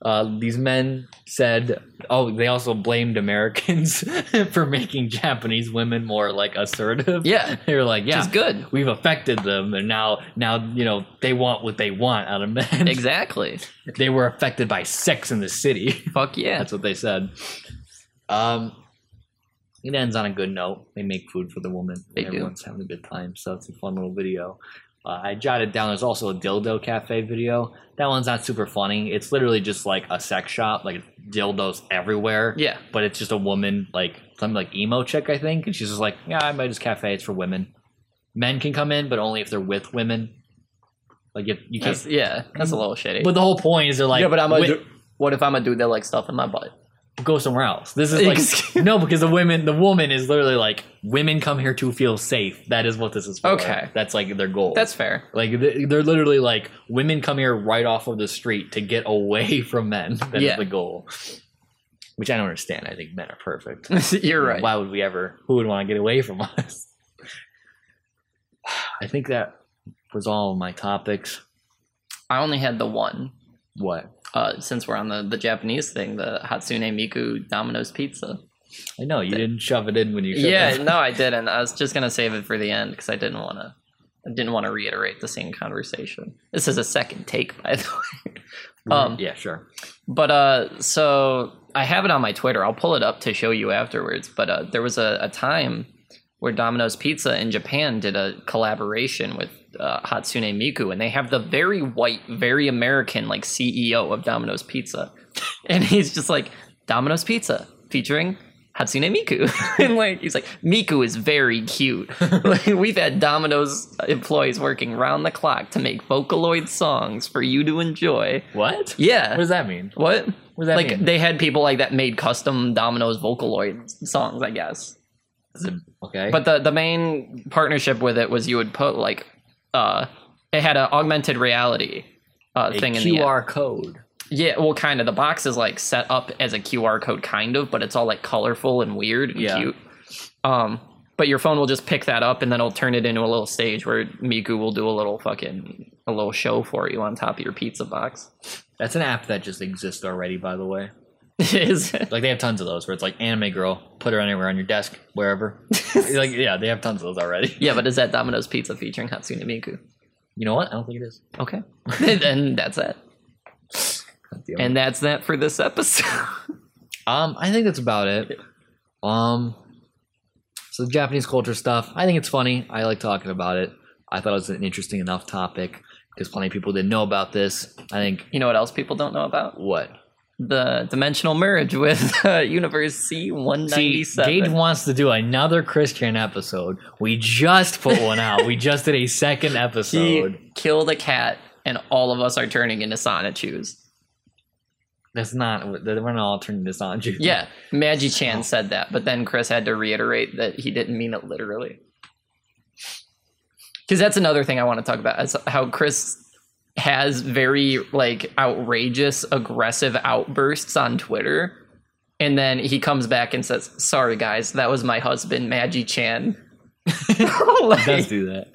[SPEAKER 1] uh, these men said, oh, they also blamed Americans *laughs* for making Japanese women more like assertive.
[SPEAKER 2] Yeah.
[SPEAKER 1] they were like, yeah,
[SPEAKER 2] It's good.
[SPEAKER 1] we've affected them, and now now you know they want what they want out of men.
[SPEAKER 2] Exactly.
[SPEAKER 1] they were affected by sex in the city.
[SPEAKER 2] *laughs* Fuck yeah.
[SPEAKER 1] That's what they said. Um, it ends on a good note. They make food for the woman. and
[SPEAKER 2] They do.
[SPEAKER 1] Everyone's having a good time, so it's a fun little video. Uh, I jotted down. There's also a dildo cafe video. That one's not super funny. It's literally just like a sex shop, like dildos everywhere.
[SPEAKER 2] Yeah.
[SPEAKER 1] But it's just a woman, like some like emo chick, I think, and she's just like, yeah, I might just cafe. It's for women. Men can come in, but only if they're with women. Like if you can't.
[SPEAKER 2] That's, yeah, that's a little shitty.
[SPEAKER 1] but the whole point is they're like,
[SPEAKER 2] yeah, but I'm a.
[SPEAKER 1] wi-
[SPEAKER 2] du- what if I'm a dude that likes stuff in my butt?
[SPEAKER 1] go somewhere else. This is like
[SPEAKER 2] Excuse-
[SPEAKER 1] no, because the women, the woman is literally like women come here to feel safe. That is what this is for.
[SPEAKER 2] Okay.
[SPEAKER 1] that's like their goal.
[SPEAKER 2] That's fair. *laughs*
[SPEAKER 1] like th- they're literally like women come here right off of the street to get away *laughs* from men. That is
[SPEAKER 2] Yeah.
[SPEAKER 1] the goal. Which I don't understand. I think men are perfect.
[SPEAKER 2] *laughs* You're right.
[SPEAKER 1] Why would we ever? Who would want to get away from *laughs* us? I think that was all of my topics.
[SPEAKER 2] I only had the one.
[SPEAKER 1] What?
[SPEAKER 2] Uh, since we're on the, the Japanese thing, the Hatsune Miku Domino's Pizza.
[SPEAKER 1] I know you didn't shove it in when you. Showed
[SPEAKER 2] yeah no i didn't i was just gonna save it for the end because i didn't want to i didn't want to reiterate the same conversation this is a second take by the way um
[SPEAKER 1] *laughs* yeah, sure.
[SPEAKER 2] but uh so i have it on my twitter i'll pull it up to show you afterwards but uh there was a, a time where domino's pizza in japan did a collaboration with uh, hatsune miku and they have the very white very american like ceo of domino's pizza *laughs* and he's just like domino's pizza featuring Hatsune Miku. *laughs* and like he's like, Miku is very cute. *laughs* like, we've had Domino's employees working round the clock to make Vocaloid songs for you to enjoy.
[SPEAKER 1] What?
[SPEAKER 2] Yeah.
[SPEAKER 1] What does that mean?
[SPEAKER 2] What?
[SPEAKER 1] What does that
[SPEAKER 2] like
[SPEAKER 1] mean?
[SPEAKER 2] they had people like that made custom Domino's Vocaloid songs, I guess.
[SPEAKER 1] Okay.
[SPEAKER 2] But the the main partnership with it was you would put like uh it had an augmented reality uh
[SPEAKER 1] a
[SPEAKER 2] thing in the app.
[SPEAKER 1] QR code.
[SPEAKER 2] Yeah, well, kind of. The box is like set up as a QR code, kind of, but it's all like colorful and weird and
[SPEAKER 1] Yeah.
[SPEAKER 2] cute. Um, But your phone will just pick that up and then it'll turn it into a little stage where Miku will do a little fucking a little show for you on top of your pizza box. *laughs*
[SPEAKER 1] That's an app that just exists already, by the way. *laughs*
[SPEAKER 2] Is
[SPEAKER 1] Like they have tons of those where it's like anime girl, put her anywhere on your desk, *laughs* wherever. like yeah, they have tons of those already.
[SPEAKER 2] yeah, but is that Domino's Pizza featuring Hatsune Miku?
[SPEAKER 1] You know what? I don't think it is.
[SPEAKER 2] Okay, *laughs* then that's it, and that's that for this episode. *laughs*
[SPEAKER 1] Um, I think that's about it. Um, so the Japanese culture stuff, I think it's funny. I like talking about it. I thought it was an interesting enough topic because plenty of people didn't know about this. I think
[SPEAKER 2] you know what else people don't know about?
[SPEAKER 1] what
[SPEAKER 2] The dimensional merge with *laughs* uh, Universe C one ninety
[SPEAKER 1] see, Gage
[SPEAKER 2] seven.
[SPEAKER 1] wants to do another Christian episode. We just put one out. we just did a
[SPEAKER 2] *laughs*
[SPEAKER 1] second episode.
[SPEAKER 2] He killed a cat, and all of us are turning into Sonichus.
[SPEAKER 1] That's not. We're not all turning this on. Jude.
[SPEAKER 2] Yeah, Maggie Chan said that, but then Chris had to reiterate that he didn't mean it literally. Because that's another thing I want to talk about is how Chris has very like outrageous, aggressive outbursts on Twitter, and then he comes back and says, "Sorry guys, that was my husband, Maggie
[SPEAKER 1] *laughs*
[SPEAKER 2] Chan." *laughs*
[SPEAKER 1] He
[SPEAKER 2] Like,
[SPEAKER 1] does do that.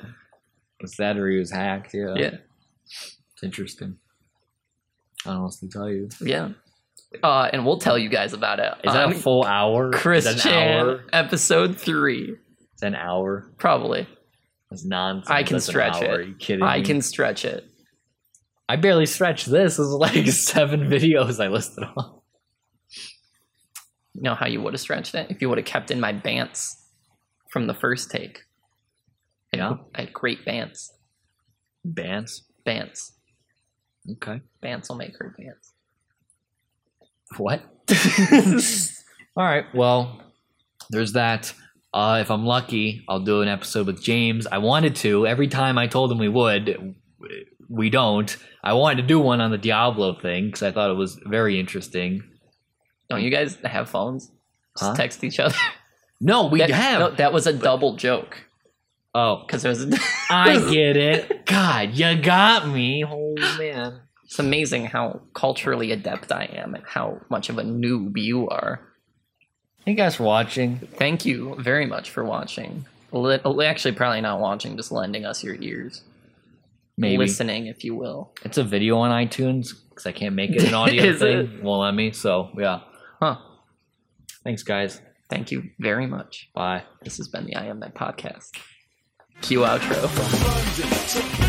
[SPEAKER 1] It's that or he was hacked. Yeah.
[SPEAKER 2] yeah,
[SPEAKER 1] It's interesting. I don't know what else to tell you. Is
[SPEAKER 2] yeah. Uh, and we'll tell you guys about it.
[SPEAKER 1] that
[SPEAKER 2] on
[SPEAKER 1] a full hour?
[SPEAKER 2] Chris
[SPEAKER 1] Is that an
[SPEAKER 2] Chan
[SPEAKER 1] hour?
[SPEAKER 2] episode three?
[SPEAKER 1] It's an hour.
[SPEAKER 2] Probably.
[SPEAKER 1] That's nonsense.
[SPEAKER 2] I can
[SPEAKER 1] That's an
[SPEAKER 2] stretch
[SPEAKER 1] hour.
[SPEAKER 2] it.
[SPEAKER 1] Are you kidding?
[SPEAKER 2] I
[SPEAKER 1] me?
[SPEAKER 2] can stretch it.
[SPEAKER 1] I barely stretched this. This is like *laughs* seven videos I listed off.
[SPEAKER 2] You know how you would have stretched it if you would have kept in my bants from the first take. I had-
[SPEAKER 1] Yeah.
[SPEAKER 2] I had great bants.
[SPEAKER 1] Bands.
[SPEAKER 2] Bants.
[SPEAKER 1] Okay.
[SPEAKER 2] Bants will make her bants.
[SPEAKER 1] *laughs* What? All right. Well, there's that. Uh, if I'm lucky, I'll do an episode with James. I wanted to. Every time I told him we would, w- we don't. I wanted to do one on the Diablo thing because I thought it was very interesting.
[SPEAKER 2] Don't you guys have phones? Just
[SPEAKER 1] Huh?
[SPEAKER 2] text each other.
[SPEAKER 1] No, we
[SPEAKER 2] That-
[SPEAKER 1] have.
[SPEAKER 2] no, that was a double joke
[SPEAKER 1] oh,
[SPEAKER 2] because it was. *laughs*
[SPEAKER 1] *laughs* I get it. God, you got me. Oh man.
[SPEAKER 2] it's amazing how culturally adept I am and how much of a noob you are.
[SPEAKER 1] Thank you guys for watching.
[SPEAKER 2] Thank you very much for watching. Li- actually, probably not watching, just lending us your ears,
[SPEAKER 1] Maybe
[SPEAKER 2] listening, if you will.
[SPEAKER 1] it's a video on iTunes because I can't make it *laughs* an audio
[SPEAKER 2] Is
[SPEAKER 1] thing.
[SPEAKER 2] it?
[SPEAKER 1] Won't let me. So yeah.
[SPEAKER 2] Huh.
[SPEAKER 1] Thanks, guys.
[SPEAKER 2] Thank you very much.
[SPEAKER 1] Bye.
[SPEAKER 2] This has been the I Am Med podcast. Cue outro.
[SPEAKER 6] London to